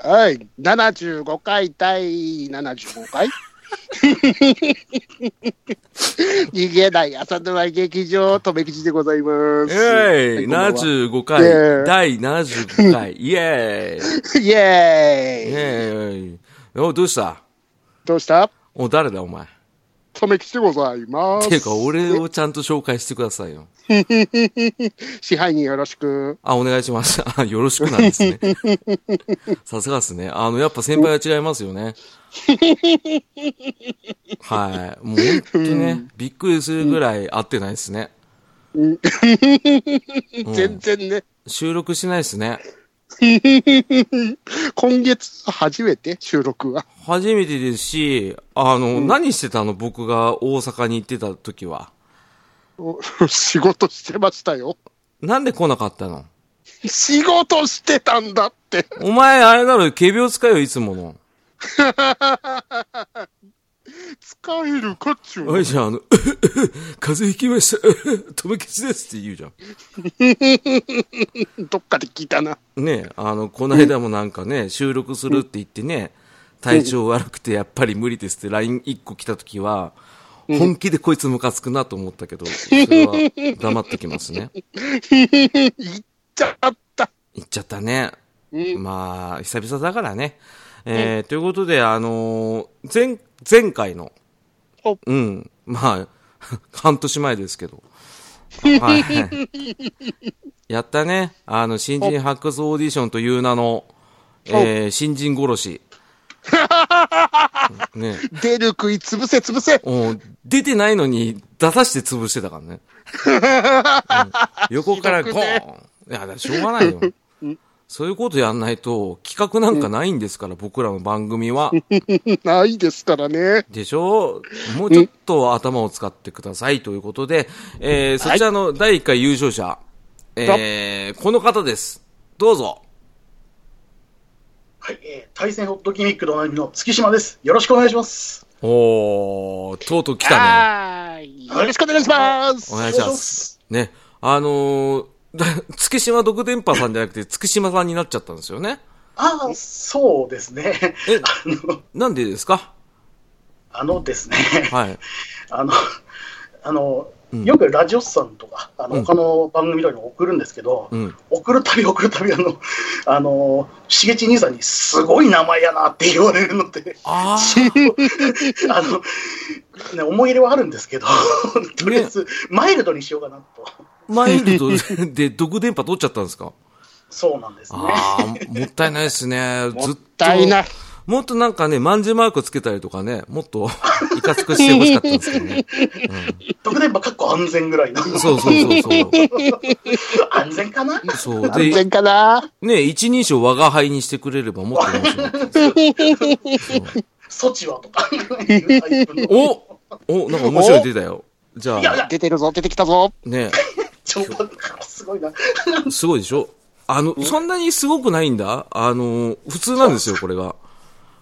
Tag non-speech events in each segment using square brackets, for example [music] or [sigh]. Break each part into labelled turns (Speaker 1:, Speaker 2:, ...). Speaker 1: はい、75回対75回逃げない朝ドラ劇場、とめきちでござい [laughs] ます。
Speaker 2: え
Speaker 1: はい
Speaker 2: い、
Speaker 1: こんばんは
Speaker 2: 75回、
Speaker 1: イェーイ
Speaker 2: 第75回、イエーイ
Speaker 1: イエーイ
Speaker 2: イエーイお、どうした
Speaker 1: どうした
Speaker 2: お、誰だお前。
Speaker 1: とめきちでございます。
Speaker 2: ていうか、俺をちゃんと紹介してくださいよ。
Speaker 1: 支配人よろしく。
Speaker 2: あ、お願いします。 [laughs] あよろしくなんですね。さすがですね。あの、やっぱ先輩は違いますよね。はい。もう本当にね、びっくりするぐらい合ってないですね。
Speaker 1: 全然ね、
Speaker 2: 収録しないですね。
Speaker 1: 今月初めて収録は。
Speaker 2: 初めてですし、あの、何してたの僕が大阪に行ってた時は。
Speaker 1: お仕事してましたよ。
Speaker 2: なんで来なかったの
Speaker 1: 仕事してたんだって。
Speaker 2: お前、あれだろ、仮病使えよ、いつもの。
Speaker 1: 使えるかっちゅうの
Speaker 2: おいじゃん、あの、 [laughs] 風邪ひきました、 [laughs] 止め消しですって言うじゃん。
Speaker 1: どっかで聞いたな。
Speaker 2: ねあの、こないだもなんかね、収録するって言ってね、体調悪くてやっぱり無理ですって LINE1 個来た時は、本気でこいつムカつくなと思ったけど、それは黙ってきますね。
Speaker 1: 言っちゃった。
Speaker 2: 行っちゃったね。まあ、久々だからね。えーということで、あのー前、前回の
Speaker 1: お、
Speaker 2: うん、まあ、 [laughs] 半年前ですけど。はい。やったね。あの、新人発掘オーディションという名の、えー新人殺し。ね。
Speaker 1: 出る食い潰せ潰せ。
Speaker 2: お出てないのに出さして潰してたからね。うん横からゴーン。いや、だからしょうがないよ。そういうことやんないと企画なんかないんですから、僕らの番組は。
Speaker 1: ないですからね。
Speaker 2: でしょもうちょっと頭を使ってくださいということで、えー、そちらの第1回優勝者、えー、この方です。どうぞ。
Speaker 3: はい、えー対戦ホットギミックでおなじみの月島です。よろしくお願いします。
Speaker 2: おー、とうとう来たね。
Speaker 1: はーい。よろしくお願いします
Speaker 2: お。願いします。ね、あのー、 [laughs] だ月島独電波さんじゃなくて、月島さんになっちゃったんですよね。
Speaker 3: ああ、そうですね。
Speaker 2: え
Speaker 3: [laughs] あの、
Speaker 2: なんでですか
Speaker 3: あのですね、
Speaker 2: はい。
Speaker 3: [laughs] あの、あの、よくラジオスさんとか、あの、
Speaker 2: うん
Speaker 3: 他の番組とかに送るんですけど、
Speaker 2: うん。
Speaker 3: 送るたび送るたび、あの、あの、しげち兄さんにすごい名前やなって言 [laughs] われるので、
Speaker 1: [laughs]
Speaker 2: あ
Speaker 3: あの、ね、思い入れはあるんですけど、 [laughs] とりあえず、マイルドにしようかなと。
Speaker 2: あ、マイルドで毒電波取っちゃったんですか
Speaker 3: そうなんですね。
Speaker 2: ああ、もったいないですね。
Speaker 1: も
Speaker 2: ず
Speaker 1: っ
Speaker 2: っと。
Speaker 1: たいない。
Speaker 2: もっとなんかね、万字マークつけたりとかね、もっと [laughs] いかつくしてほしかったんですけどね。
Speaker 3: 特電波かっこ安全ぐらいの。
Speaker 2: そうそうそうそう。
Speaker 3: [laughs] 安全かな
Speaker 2: そう。
Speaker 1: 安
Speaker 2: で、
Speaker 1: 全かな
Speaker 2: ね、一人称我が輩にしてくれればもっと面白い。
Speaker 3: ソチは
Speaker 2: [laughs]
Speaker 3: とか。いうタイプの
Speaker 2: おおなんか面白いの出たよ。じゃ
Speaker 3: いやい
Speaker 2: あ、
Speaker 3: や
Speaker 1: 出てるぞ、出てきたぞ。
Speaker 2: ね、
Speaker 3: ちょっとすごいな。
Speaker 2: すごいでしょあの、そんなにすごくないんだあの、普通なんですよ、これが。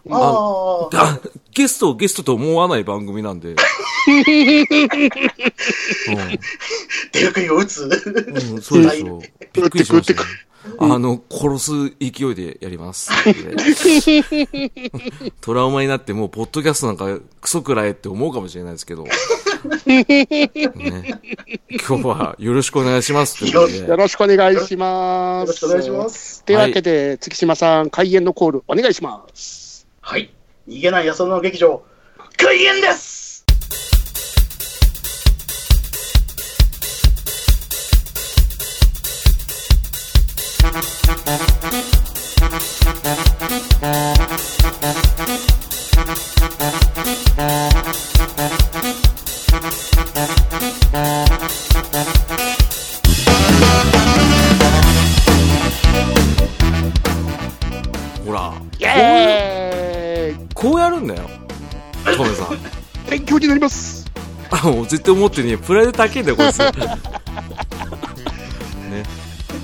Speaker 3: ああ。
Speaker 2: あ [laughs] ゲストをゲストと思わない番組なんで。
Speaker 3: 手ぬくいを打つ。
Speaker 2: うん、うんそうですよ。びっくりしました、ね
Speaker 1: 打。
Speaker 2: あの、殺す勢いでや
Speaker 1: [laughs]
Speaker 2: ります。トラウマになってもう、ポッドキャストなんかクソくらえって思うかもしれないですけど。ね、今日はよろしくお願いしますということ
Speaker 1: よ
Speaker 2: で。
Speaker 1: ろしくお願いし
Speaker 3: よ
Speaker 1: ま
Speaker 3: ろ
Speaker 1: す。
Speaker 3: しくお願いしま。す。
Speaker 1: というわけで、月島さん、開演のコール、お願いします。
Speaker 3: はい。逃げない安田の劇場、開演です
Speaker 2: ほら、
Speaker 1: イエーイ
Speaker 2: こうやるんだよ。トメさん。
Speaker 1: 勉強になります。
Speaker 2: あ、もう絶対思ってねえ。プライド高いんだよ、こいつ。ね。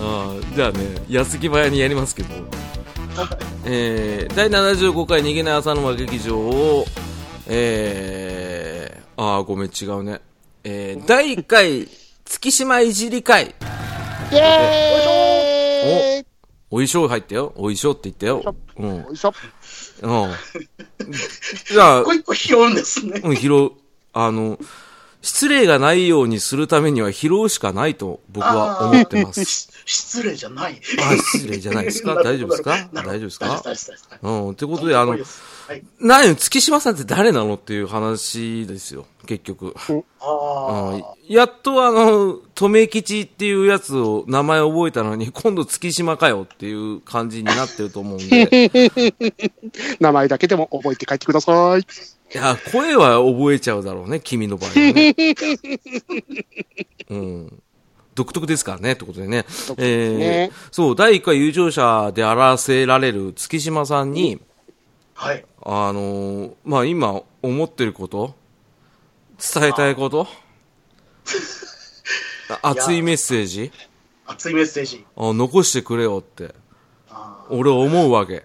Speaker 2: あーじゃあね、安木早にやりますけど。えー、第75回逃げない朝の間劇場を、えー、あー、ごめん、違うね。えー、第1回、月島いじり
Speaker 1: イ
Speaker 2: 会。
Speaker 1: エーイ
Speaker 2: お衣装入ったよ。お衣装って言ったよ。うん。うん。
Speaker 1: よいしょ。
Speaker 2: じゃあ
Speaker 3: 一、個一個拾うんですね。
Speaker 2: うん、拾う。あの、失礼がないようにするためには拾うしかないと僕は思って
Speaker 3: [laughs]
Speaker 2: ます。
Speaker 3: し失礼じゃない。
Speaker 2: あ、失礼じゃないです
Speaker 3: [laughs]
Speaker 2: か大丈夫ですか大
Speaker 3: なるほど
Speaker 2: 丈夫ですか
Speaker 3: 大丈夫です大丈夫です
Speaker 2: うん。ってことで、あの
Speaker 3: はい、はい
Speaker 2: 何よ、月島さんって誰なのっていう話ですよ、結局。
Speaker 3: あ
Speaker 2: うんやっとあの、留吉っていうやつを、名前覚えたのに、今度月島かよっていう感じになってると思うんで、い
Speaker 1: 名前だけでも覚えて帰ってください。
Speaker 2: や、声は覚えちゃうだろうね、君の場合はね。うん。独特ですからね、ってことでね。
Speaker 1: 特ですね
Speaker 2: えーそう、第1回優勝者で表せられる月島さんに、
Speaker 3: あ。はい。
Speaker 2: あのーまあ、今思ってること、伝えたいこと、あ熱いメッセージ
Speaker 3: 熱いメッセージ。
Speaker 2: あ残してくれよって、
Speaker 3: あ
Speaker 2: 俺は思うわけ。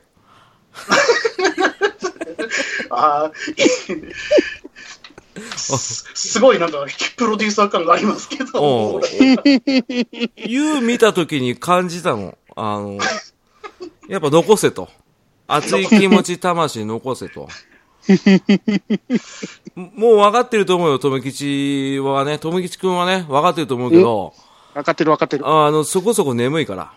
Speaker 3: ーあ
Speaker 2: [laughs]
Speaker 3: ー。すすごいなんか、プロデューサー感がありますけ
Speaker 2: お
Speaker 3: ど
Speaker 2: う。You 見た時に感じたの。あの、やっぱ残せと。熱い気持ち、魂残せと。もう分かってると思うよ、留吉はね。留吉君はね、分かってると思うけど、
Speaker 1: 分かってる分かってる。
Speaker 2: あの、そこそこ眠いから。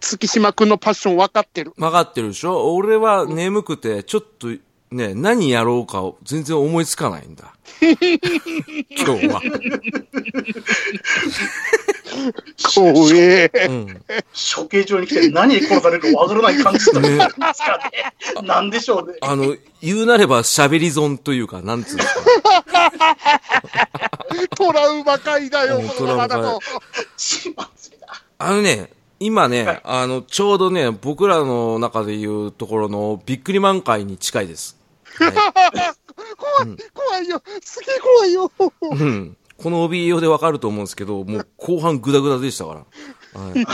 Speaker 1: 月島くんのパッション分かってる。
Speaker 2: 分かってるでしょ俺は眠くて、ちょっとね、何やろうかを全然思いつかないんだ。今日は。
Speaker 1: 怖え。
Speaker 2: [laughs] うん。
Speaker 3: 処刑場に来て何で殺されるかわからない感じだったんですかね。なんでしょうね。
Speaker 2: あの、言うなれば喋り損というか、なんつうのかな。
Speaker 1: トラウマ界だよ、
Speaker 2: うん
Speaker 1: この花の。
Speaker 3: 新祭りだ。
Speaker 2: あのね、今
Speaker 3: は
Speaker 2: ね
Speaker 3: い、
Speaker 2: あの、ちょうどね、僕らの中でいうところのビックリマン会に近いです。
Speaker 1: 怖い、怖いよ。すげえ怖いよ。
Speaker 2: うん。この帯用でわかると思うんですけど、もう後半グダグダでしたから。はい、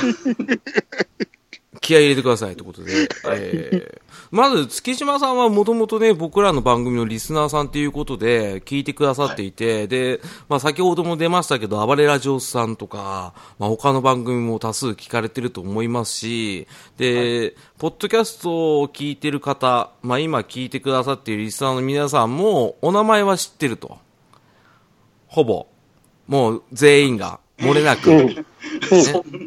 Speaker 2: 気合い入れてくださいってことで。えーまず、月島さんはもともとね、僕らの番組のリスナーさんということで、聞いてくださっていて、で、まあ先ほども出ましたけど、暴れラジオさんとか、まあ他の番組も多数聞かれてると思いますし、で、ポッドキャストを聞いてる方、まあ今聞いてくださっているリスナーの皆さんも、お名前は知ってると。ほぼ。もう全員が、漏れなく、
Speaker 1: [laughs]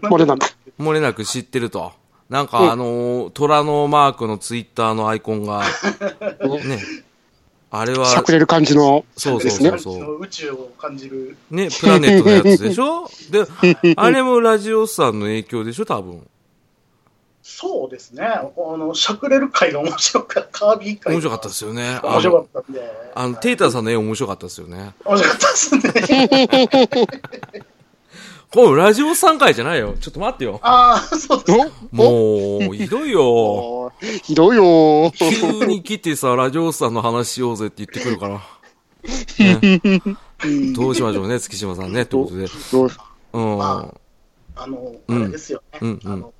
Speaker 1: これなんだ。
Speaker 2: 漏れなく知ってると。なんかあのー虎のマークのツイッターのアイコンが、ね、あれ
Speaker 1: しゃ
Speaker 2: は
Speaker 1: く、れる感じの。
Speaker 2: そうそう
Speaker 1: です
Speaker 2: そ
Speaker 1: ね
Speaker 2: う。そう。
Speaker 3: 宇宙を感じる。
Speaker 2: ね、プラネットのやつでしょ
Speaker 3: [laughs]
Speaker 2: で、あれもラジオさんの影響でしょ多分。
Speaker 3: そうですね。あの、しゃくれる回が面白かった。カービィ回。
Speaker 2: 面白かったですよね。
Speaker 3: 面
Speaker 2: あ
Speaker 3: 白
Speaker 2: の、
Speaker 3: かったんで。
Speaker 2: あのテイタさんの絵面白かったですよね。
Speaker 3: 面白かったですね。
Speaker 2: これラジオさん会じゃないよ。ちょっと待ってよ。
Speaker 3: ああ、そうです。
Speaker 1: お
Speaker 2: もう、ひどい
Speaker 3: [laughs]
Speaker 2: よ。
Speaker 1: [laughs] おひどいよ。
Speaker 2: 急に来てさ、ラジオさんの話しようぜって言ってくる
Speaker 3: [laughs]
Speaker 2: から。ねどうしましょう
Speaker 1: [laughs]
Speaker 2: ね、月島さんね、ってことで。
Speaker 1: どう
Speaker 2: うん。
Speaker 3: あの、あ
Speaker 2: うん
Speaker 3: れですよね。
Speaker 2: うんうん
Speaker 3: あの、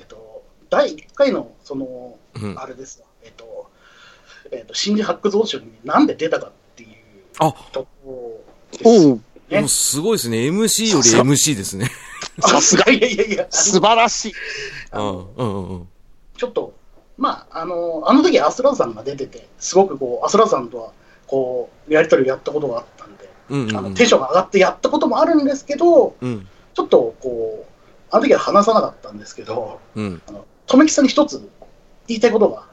Speaker 3: えっと、第1回の、その、
Speaker 2: うん
Speaker 3: あれですわ。えっと、えっと、新人発掘道場になんで出たかっていう
Speaker 2: あ、
Speaker 3: とこ
Speaker 1: おう
Speaker 2: もうすごいですね。MC より MC ですね。
Speaker 3: さすが。いやいやいや、あ
Speaker 1: 素晴らしい。
Speaker 2: う
Speaker 3: の
Speaker 2: ん、うん、うん。
Speaker 3: ちょっと、まあ、あの、あの時アスラさんが出てて、すごくこう、アスラさんとは、こう、やりとりをやったことがあったんで、
Speaker 2: うん、う
Speaker 3: あの
Speaker 2: ん
Speaker 3: テンションが上がってやったこともあるんですけど、
Speaker 2: うん。
Speaker 3: ちょっとこう、あの時は話さなかったんですけど、
Speaker 2: うん。
Speaker 3: あの、留吉さんに一つ言いたいことが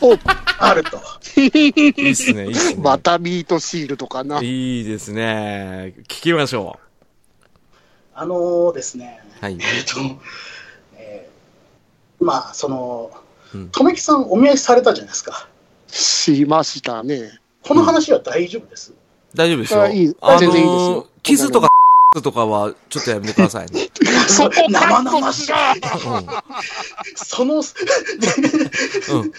Speaker 1: お
Speaker 3: あると。
Speaker 2: いいっすね、いいっす
Speaker 1: [laughs]
Speaker 2: ね。
Speaker 1: またミートシールとかな。
Speaker 2: いいですね。聞きましょ
Speaker 3: あのーですね、
Speaker 2: う。はい。
Speaker 3: えっと、えーまあ、その
Speaker 2: うん、
Speaker 3: 留吉さんお見合いされたじゃないですか。
Speaker 1: しました [laughs] ね。
Speaker 3: この話は大丈夫です。
Speaker 2: 大丈夫でしょ
Speaker 1: あいい
Speaker 2: あの
Speaker 1: 全然いいです
Speaker 2: ー
Speaker 1: よ、
Speaker 2: キスとか、 [laughs] とかは、ちょっとやめてくださいね。
Speaker 1: そこ
Speaker 3: 生
Speaker 1: かっこ
Speaker 3: 々
Speaker 1: つ
Speaker 3: しい
Speaker 1: が
Speaker 3: その、
Speaker 2: うん。うん。うん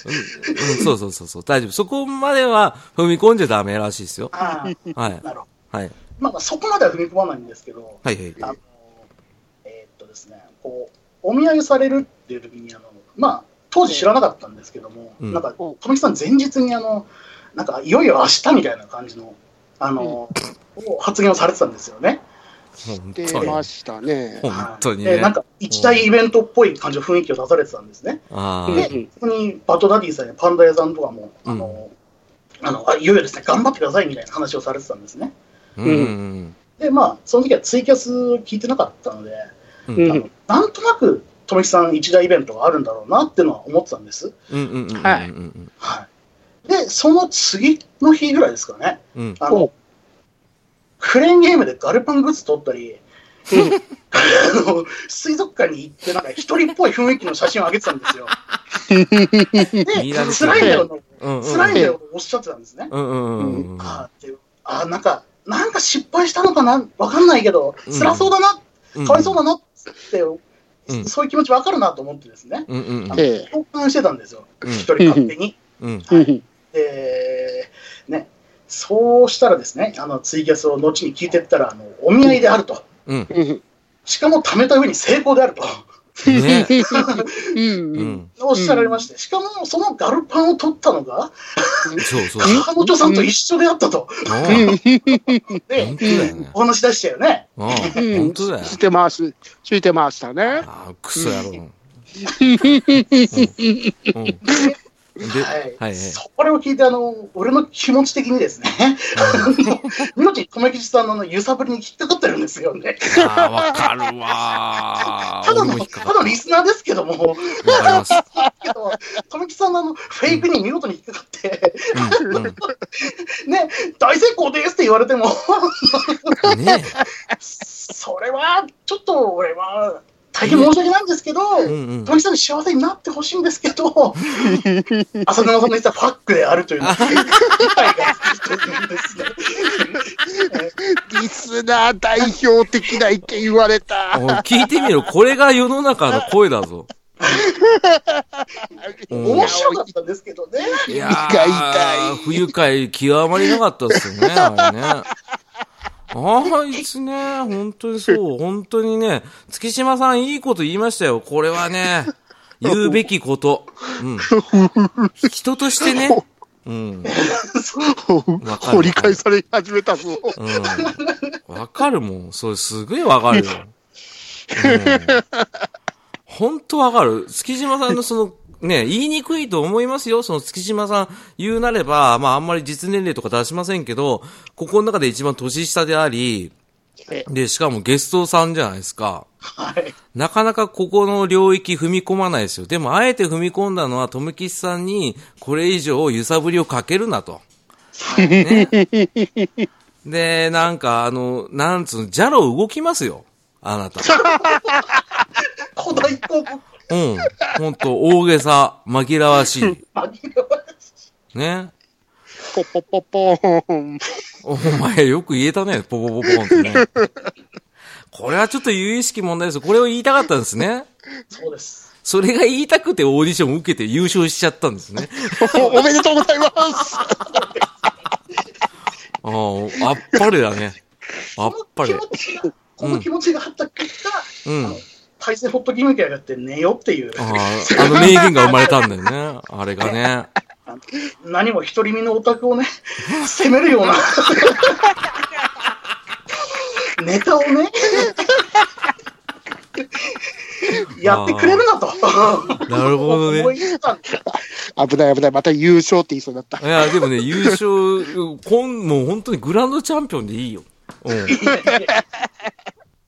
Speaker 2: そうそうそうそう。大丈夫。そこまでは踏み込んじゃダメらしいですよ。
Speaker 3: あー
Speaker 2: はい。
Speaker 3: なるほど。
Speaker 2: はい。
Speaker 3: まあまあ、そこまでは踏み込まないんですけど、
Speaker 2: はいはい。
Speaker 3: あのえーっとですね、こう、お見合いされるっていう時に、あの、まあ、当時知らなかったんですけども、
Speaker 2: うん
Speaker 3: なんか、
Speaker 1: うん
Speaker 3: 富木さん前日に、あの、なんか、いよいよ明日みたいな感じの、あの、を発言をされてたんですよね。
Speaker 2: 本
Speaker 1: 出
Speaker 2: 当に。
Speaker 1: ましたね。
Speaker 2: [laughs] 本当に
Speaker 3: はい
Speaker 2: ね。
Speaker 3: でなんか一大イベントっぽい感じの雰囲気を出されてたんですね。
Speaker 2: あ
Speaker 1: うん
Speaker 2: あ、
Speaker 1: うん
Speaker 3: そこにバトダディさんやパンダ屋さんとかも、あの、あのあいよいよですね、頑張ってくださいみたいな話をされてたんですね。
Speaker 2: うんうん
Speaker 3: で、まあ、その時はツイキャス聞いてなかったので、
Speaker 2: うん。
Speaker 1: う
Speaker 2: うんん
Speaker 3: あのなんとなく、富木さん一大イベントがあるんだろうなっていうのは思ってたんです。
Speaker 2: うんうんうん。
Speaker 1: はい
Speaker 2: うん
Speaker 3: はい。で、その次の日ぐらいですかね、
Speaker 2: うん。
Speaker 3: あの
Speaker 1: お、
Speaker 3: クレーンゲームでガルパングッズ撮ったり、 [laughs] あの水族館に行って、なんか一人っぽい雰囲気の写真を上げてたんですよ。
Speaker 2: 見られて
Speaker 3: で、
Speaker 2: る
Speaker 3: スライダーの、
Speaker 2: うんうん。
Speaker 3: スライダーをおっしゃってたんですね。
Speaker 2: うんうんうんうん。
Speaker 3: あーってあー、なんか、なんか失敗したのかな、わかんないけど、
Speaker 2: うん
Speaker 3: 辛そうだな、
Speaker 2: うん
Speaker 3: かわいそうだなって、
Speaker 2: ん
Speaker 3: そういう気持ちわかるなと思ってですね、
Speaker 2: うんうん
Speaker 1: ええ。
Speaker 3: 共感してたんですよ、
Speaker 2: うん
Speaker 3: 一人勝手に。
Speaker 2: うん。
Speaker 1: うん
Speaker 3: で、ね、そうしたらですね、あのツイキャスを後に聞いてったら、あのお見合いであると、
Speaker 2: うん。
Speaker 1: うん
Speaker 3: しかも貯めた上に成功であると。
Speaker 2: ね。
Speaker 1: うん
Speaker 2: う
Speaker 1: うん
Speaker 2: ん。
Speaker 3: おっしゃられまして、しかもそのガルパンを取ったのが、
Speaker 2: そうそう。
Speaker 3: 彼女さんと一緒であったと、
Speaker 2: ああ本
Speaker 3: で、
Speaker 2: 当だよね。
Speaker 3: お話し出したよね。
Speaker 2: ああ本当だよ。
Speaker 1: してます。ついてましたね。
Speaker 2: ああ、クソ野郎。うんうんで、はいはい。
Speaker 3: それを聞いて、あの、俺の気持ち的にですね、 [laughs] 命、留吉さんのあの揺さぶりに引っかかってるんですよね。
Speaker 2: ああ、わかるわー。
Speaker 3: ただ
Speaker 2: 俺も
Speaker 3: の、
Speaker 2: 引っか
Speaker 3: た
Speaker 2: か
Speaker 3: だの
Speaker 2: る
Speaker 3: リスナーですけども、
Speaker 2: わかります。
Speaker 3: けど、留吉さんのあの、フェイクに見事に引っかかって、 [laughs]
Speaker 2: うん
Speaker 3: ね、大成功ですって言われても、 [laughs]
Speaker 2: うん。ね
Speaker 3: それは、ちょっと俺は、大変申し訳ないんですけど、
Speaker 2: え。うんうん。
Speaker 3: 富木さんに幸せになってほしいんです
Speaker 2: [laughs]
Speaker 3: けど、浅沼さんの言ったファックであるというのは、理解が必要なんですね。
Speaker 1: リスナー代表的な意見言われた。
Speaker 2: おい聞いてみろ。これが世の中の声だぞ。うん
Speaker 3: 面白かったんですけどね。
Speaker 2: い
Speaker 1: 胃
Speaker 2: や
Speaker 1: が痛
Speaker 2: ー、不愉快極まりなかったっすよ
Speaker 1: [laughs]
Speaker 2: ね、あれね。あいつね、本当にそう、本当にね、月島さんいいこと言いましたよ。これは
Speaker 1: [laughs]
Speaker 2: ね、言うべきこと。うん。人としてね。うん。わかる
Speaker 1: 掘り返され始めたぞ。
Speaker 2: うん。わかるもん。それすげえわかるよ。本当わかる。月島さんのその、ね、言いにくいと思いますよ。その月島さん言うなれば、まああんまり実年齢とか出しませんけど、ここの中で一番年下であり、で、しかもゲストさんじゃないですか。
Speaker 3: はい。
Speaker 2: なかなかここの領域踏み込まないですよ。でも、あえて踏み込んだのは、とむきさんに、これ以上揺さぶりをかけるなと。ね、で、なんか、あの、なんつうの、ジャロ動きますよ。あなた。
Speaker 3: 古代広告
Speaker 2: うん。ほんと、大げさ、紛らわしい。
Speaker 3: 紛らわし
Speaker 2: ね。
Speaker 1: ポポポポー
Speaker 2: [laughs]
Speaker 1: ン。
Speaker 2: お前よく言えたね、ポポポポンってね。これはちょっと有意識問題ですよ。これを言いたかったんですね。
Speaker 3: いそうです。
Speaker 2: それが言いたくてオーディションを受けて優勝しちゃったんですね。
Speaker 1: おおめでとうございます。
Speaker 2: ああ、あっぱれだね。あっぱれ
Speaker 3: こ。の気持ちが、この気持ちがあった結果、
Speaker 2: うん。
Speaker 3: 大成ホットギムキャやって寝ようっていう、
Speaker 2: あああの名言が生まれたんだよね。あれがね。
Speaker 3: 何も独り身のオタクをね、 [laughs] 責めるような。 [laughs] ネタを
Speaker 2: [laughs]
Speaker 3: ね、やってくれるなと。
Speaker 2: なるほどね
Speaker 3: 思いついたんです
Speaker 1: 危ない危ない。また優勝って言いそうになった
Speaker 2: い。や、でもね、優勝、こん、もう本当にグランドチャンピオンでいいよ。うん。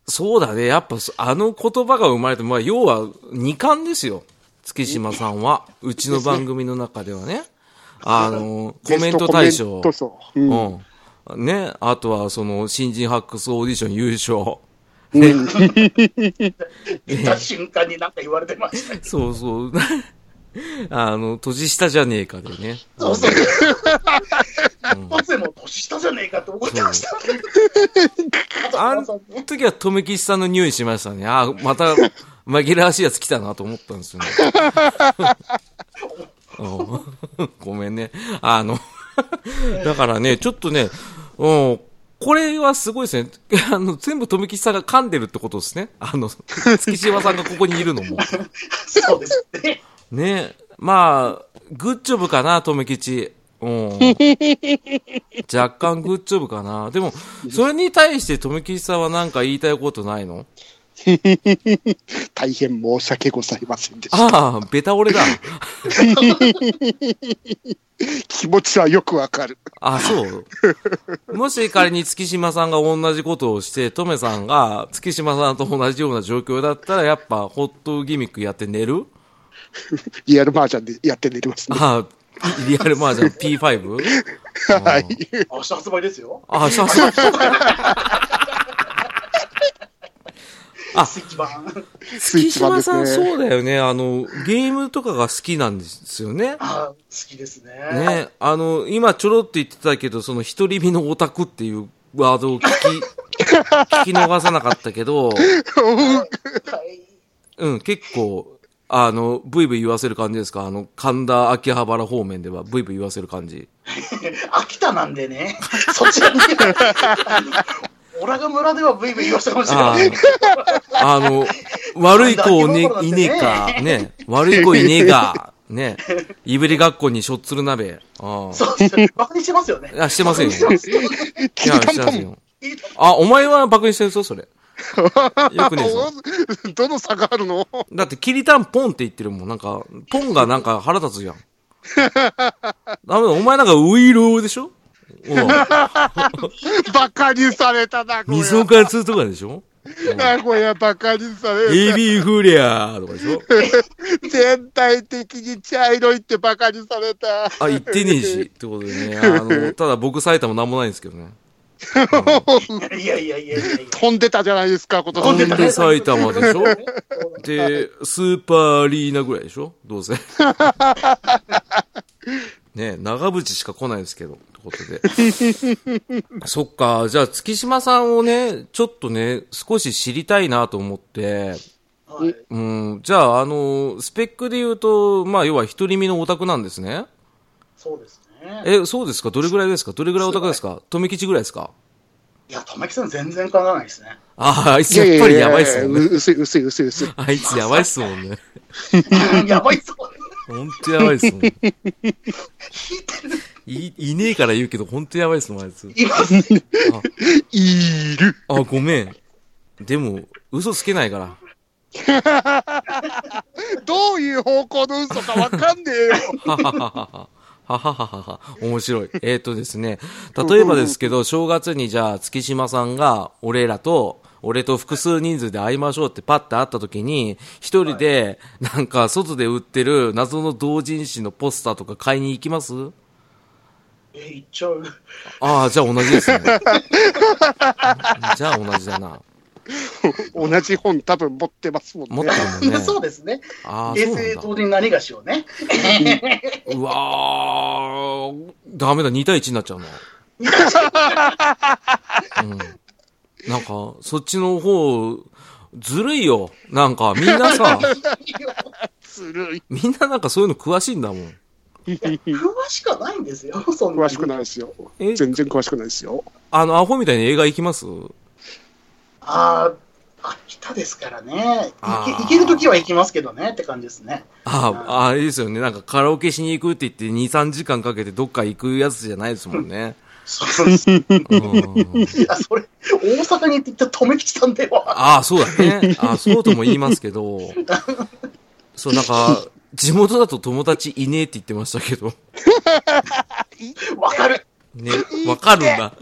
Speaker 2: そうだね。やっぱ、そあの言葉が生まれて、まあ、要は、二冠ですよ。月島さんは。うちの番組の中ではね。あの、コメント大賞。
Speaker 1: ベストコメント賞うん
Speaker 2: うん。ね。あとは、その、新人発掘オーディション優勝。ね。
Speaker 3: 言った瞬間になんか言われてましたね。
Speaker 2: そうそう。 [laughs] あの、年下じゃねえかでね。
Speaker 3: そうそう。一発でも年下じゃねえかって怒ってました。
Speaker 2: あ
Speaker 3: あ
Speaker 2: の
Speaker 3: とそう
Speaker 2: 時は、とめきしさんの匂いしましたね。あま
Speaker 3: [laughs]
Speaker 2: た、紛らわしいやつ来たなと思ったんですよね。うん [laughs] ごめんね。あの、 [laughs] だからね、ちょっとね、うん、これはすごいですね。あの、全部とめきしさんが噛んでるってことですね。あ
Speaker 3: [laughs]
Speaker 2: の、月島さんがここにいるのも。
Speaker 3: そうですね。
Speaker 2: ねまあ、グッジョブかな、とめきち。ううん。若干グッジョブかな。でも、それに対して、とめきちさんは何か言いたいことないの
Speaker 1: [laughs] 大変申し訳ございませんでした。
Speaker 2: ああ、ベタ俺だ。
Speaker 1: 気持ちはよくわかる。
Speaker 2: あ、そう。もし仮に月島さんが同じことをして、とめさんが月島さんと同じような状況だったら、やっぱ、ホットギミックやって寝る
Speaker 1: リアルマージャンでやって寝てますね。
Speaker 2: ああ、リアルマージャン P5?
Speaker 1: はい。
Speaker 3: 明日発売ですよ。
Speaker 2: あ、そうそう。あ
Speaker 3: スイッチ版。
Speaker 1: スイッ
Speaker 2: 月
Speaker 1: チ版
Speaker 2: 島
Speaker 1: です
Speaker 2: さん、
Speaker 1: ね。
Speaker 2: そうだよね。あの、ゲームとかが好きなんですよね。
Speaker 3: あ好きですね。
Speaker 2: ね、あの、今ちょろっと言ってたけど、その一人身のオタクっていうワードを聞き、聞き逃さなかったけど、
Speaker 3: はい。
Speaker 2: うん、結構、あの、ブイブイ言わせる感じですかあの、神田、秋葉原方面ではブイブイ言わせる感じ。
Speaker 3: 秋田なんでね、そっちらに。オラが村ではブイブイ言わせたかもしれ
Speaker 2: あ
Speaker 3: ない。
Speaker 2: あの、悪い子をね、いねえか、ね、悪い子いねえか、ね、いぶりがっこにしょっつる鍋。あ
Speaker 3: そうですね。バカにしてますよね。
Speaker 2: ああしてませんよ。
Speaker 3: してますよ
Speaker 2: い
Speaker 1: き
Speaker 2: や、
Speaker 1: りた
Speaker 2: し
Speaker 1: ん
Speaker 2: てま
Speaker 1: ぽ
Speaker 2: せん
Speaker 1: ん。
Speaker 2: よ。あ、お前は爆にしてるぞ、それ。よくねえぞ。
Speaker 1: [laughs] どの差があるの
Speaker 2: だって、きりたんポンって言ってるもん。なんか、ポンがなんか腹立つじゃん。ダメだ、お前なんかウイローで
Speaker 1: [laughs]
Speaker 2: しょほら、
Speaker 1: バカにされたな、これ。
Speaker 2: ミソカツとかでしょ
Speaker 1: 名古屋バカにされ
Speaker 2: エビフリアーとかでしょ
Speaker 1: た。全体的に茶色いってバカにされた。
Speaker 2: あ、言ってねえし。ってことでね。あの、ただ僕埼玉なんもないんですけどね。
Speaker 3: いやいやいやいやいや。
Speaker 1: 飛んでたじゃないですか、今
Speaker 3: 飛ん
Speaker 1: 年。
Speaker 3: でた
Speaker 2: で埼玉でしょ
Speaker 3: そう
Speaker 2: で、スーパーアリーナぐらいでしょどう [laughs] せ。ね長渕しか来ないですけど、ってことで。 [laughs] そっか、じゃあ月島さんをね、ちょっとね、少し知りたいなと思って、
Speaker 3: はい
Speaker 2: うん、じゃあ、あの、スペックで言うと、まあ、要は一人身のオタクなんですね。
Speaker 3: そうですね。
Speaker 2: え、そうですかどれぐらいですかどれぐらいオタクですか富吉ぐらいですか
Speaker 3: いや、玉木さん全然考えないですね。 [laughs]
Speaker 2: ああ、あいつやっぱりやばいっすもんね。
Speaker 1: う薄い、薄い、薄い、薄い。
Speaker 2: あいつやばいっすもんね。
Speaker 3: やばいぞ。
Speaker 2: ほんとやばいっすもん。い、いねえから言うけど、ほんとやばいっすもん、あいつ。
Speaker 3: いますね。
Speaker 1: いる。
Speaker 2: あ、ごめん。でも、嘘つけないから。
Speaker 1: どういう方向の嘘かわかんねえよ。
Speaker 2: ははははは。ははははは。面白い。えっ、とですね。例えばですけど、正月にじゃあ、月島さんが、俺らと、俺と複数人数で会いましょうってパッて会った時に、一人で、なんか、外で売ってる謎の同人誌のポスターとか買いに行きます
Speaker 3: え、いっちゃう。
Speaker 2: ああ、じゃあ同じですね。 [laughs] じゃあ同じだな。
Speaker 1: 同じ本多分持ってますもん
Speaker 2: 持って
Speaker 1: ね。
Speaker 2: るもんね。
Speaker 3: そうですね。
Speaker 2: ああ、そ
Speaker 3: 平
Speaker 2: うな
Speaker 3: 成
Speaker 2: んだ。
Speaker 3: 当時に何がしをね。
Speaker 2: うわー、ダメだ、2対1になっちゃうな。うん。なんか、そっちの方、ずるいよ。なんか、みんなさ、
Speaker 1: ずるい。
Speaker 2: みんななんかそういうの詳しいんだもん。
Speaker 3: 詳しくないんで
Speaker 2: [laughs]
Speaker 3: すよ、そんな
Speaker 1: 詳
Speaker 3: に
Speaker 1: しくないですよ。
Speaker 2: え
Speaker 1: 全然詳しくないですよ。
Speaker 2: あの、アホみたいに映画行きます
Speaker 3: ああ、秋田ですからね。
Speaker 2: あー
Speaker 3: 行け行けるときは行きますけどねって感じで
Speaker 2: [laughs]
Speaker 3: すね。
Speaker 2: ああ、あれですよね。なんかカラオケしに行くって言って2、3時間かけてどっか行くやつじゃないですもんね。
Speaker 3: そうですね。
Speaker 2: うん。
Speaker 3: いや、それ、大阪に行って行った留吉さんでは。
Speaker 2: ああ、そうだね。ああ、そうとも言いますけど。そう、なんか、地元だと友達いねえって言ってましたけど。
Speaker 3: わかる。
Speaker 2: ね、わかるんだ。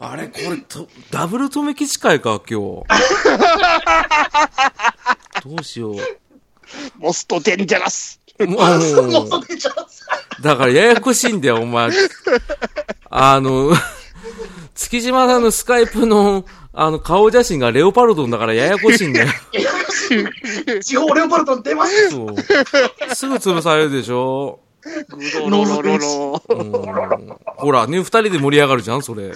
Speaker 2: あれ、これ、と、ダブル留吉会か、今日。どうしよう。
Speaker 1: モストデンジャラス。
Speaker 2: も、
Speaker 3: あ、そうもそも出ちゃう。
Speaker 2: だからややこしいんだよ、お前。あの、月島さんのスカイプの、あの、顔写真がレオパルドンだからややこしいんだよ。
Speaker 3: 地方レオパルトン出ます。
Speaker 2: そう。すぐ潰されるでしょ。
Speaker 1: ロロロロロ。
Speaker 2: うんほら、ね、二人で盛り上がるじゃん、それ。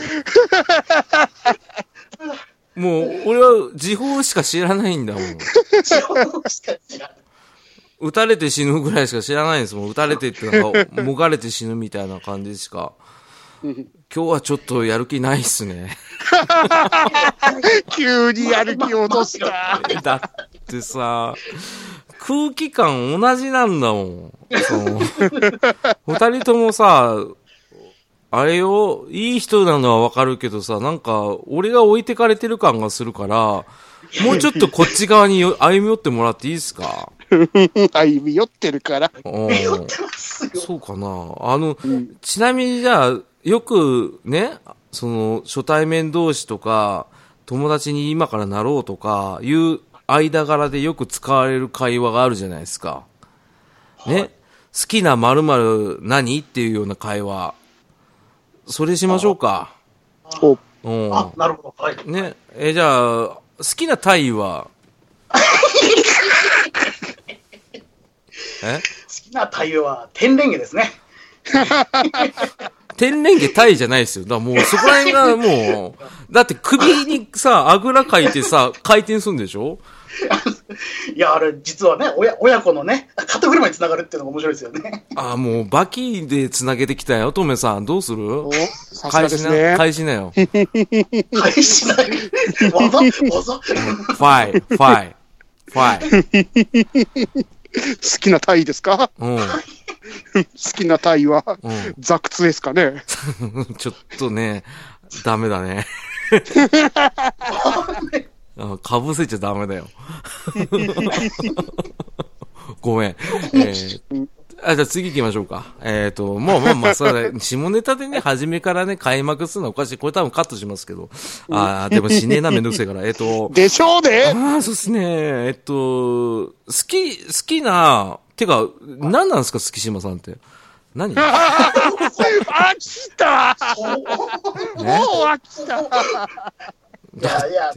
Speaker 2: もう、俺は時報しか知らないんだもん。
Speaker 3: 地方しか知らない。
Speaker 2: 撃たれて死ぬぐらいしか知らないんですもん。撃たれてってなんか、もがれて死ぬみたいな感じしか。今日はちょっとやる気ないっすね。 [laughs]
Speaker 1: 急にやる気を落とした。
Speaker 2: だってさ、空気感同じなんだもん。その [laughs] 二人ともさ、あれよ、いい人なのはわかるけどさ、なんか、俺が置いてかれてる感がするから、もうちょっとこっち側によ歩み寄ってもらっていいですか
Speaker 1: 歩み寄ってるから。
Speaker 2: うん
Speaker 3: 迷ってますよ。
Speaker 2: そうかな。あの、ちなみにじゃあ、よくね、その、初対面同士とか、友達に今からなろうとか、いう間柄でよく使われる会話があるじゃないですか。ね、好きな〇〇何っていうような会話。それしましょうか。
Speaker 1: お
Speaker 2: うん。
Speaker 3: あ、なるほど。はい。
Speaker 2: ね、え、じゃあ、好きなタイ
Speaker 3: [laughs]
Speaker 2: はえ
Speaker 3: 好きな太陽は天然毛ですね。
Speaker 2: 天然毛タイじゃないですよ。だからもうそこら辺がもう、だって首にさ、あぐらかいてさ、回転するんでしょ
Speaker 3: いや、あれ、実はね、親親子のね、肩車につながるっていうのが面白いですよね。
Speaker 2: ああ、もうバキで繋げてきたよ。乙女さん、どうする
Speaker 1: おさすが
Speaker 2: 返
Speaker 1: で
Speaker 2: し
Speaker 1: す
Speaker 2: な、
Speaker 1: ね。
Speaker 2: 返しなよ。
Speaker 3: 返しない。わざわざ
Speaker 2: ファイ、ファイ、ファイ。
Speaker 1: 好きなタイですか
Speaker 2: うん。
Speaker 1: 好きなタイは、
Speaker 2: う
Speaker 1: ザクツですかね。
Speaker 2: ん。ちょっとね、ダメだね。あかぶせちゃダメだよ。 [laughs] ごめん。えーあ、じゃあ次行きましょうか。えっ、と、もうまあまあ、それ、下ネタでね、初めからね、開幕するのはおかしい。これ多分カットしますけど。ああ、でもしねえな、めんどくせえから。えっ、と、
Speaker 1: でしょうね
Speaker 2: ああ、そうっすね。えっと、好き、好きな、てか、何なんですか、月島さんって。何ね
Speaker 1: 飽きたもう飽きた
Speaker 3: いやいや、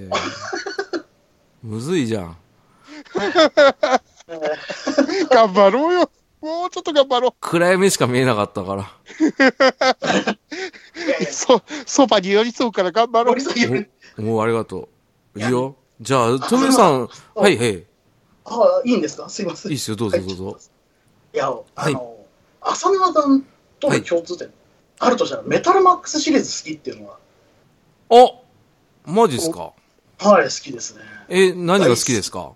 Speaker 2: むずいじゃん。
Speaker 1: 頑張ろうよもうちょっと頑張ろ
Speaker 2: 暗闇しか見えなかったから。
Speaker 1: うそ、そばに寄り添うから頑張ろう
Speaker 3: 森さんより、
Speaker 2: もうありがとう。いいよ。じゃあ、トムさん、はいはい。
Speaker 3: あいいんですかすいません。
Speaker 2: いいっすよどうぞどうぞ。
Speaker 3: いや、あの、浅沼さんとの共通点、あるとしたら、メタルマックスシリーズ好きっていうのは、
Speaker 2: あマジっすか
Speaker 3: はい、好きですね。
Speaker 2: え、何が好きですか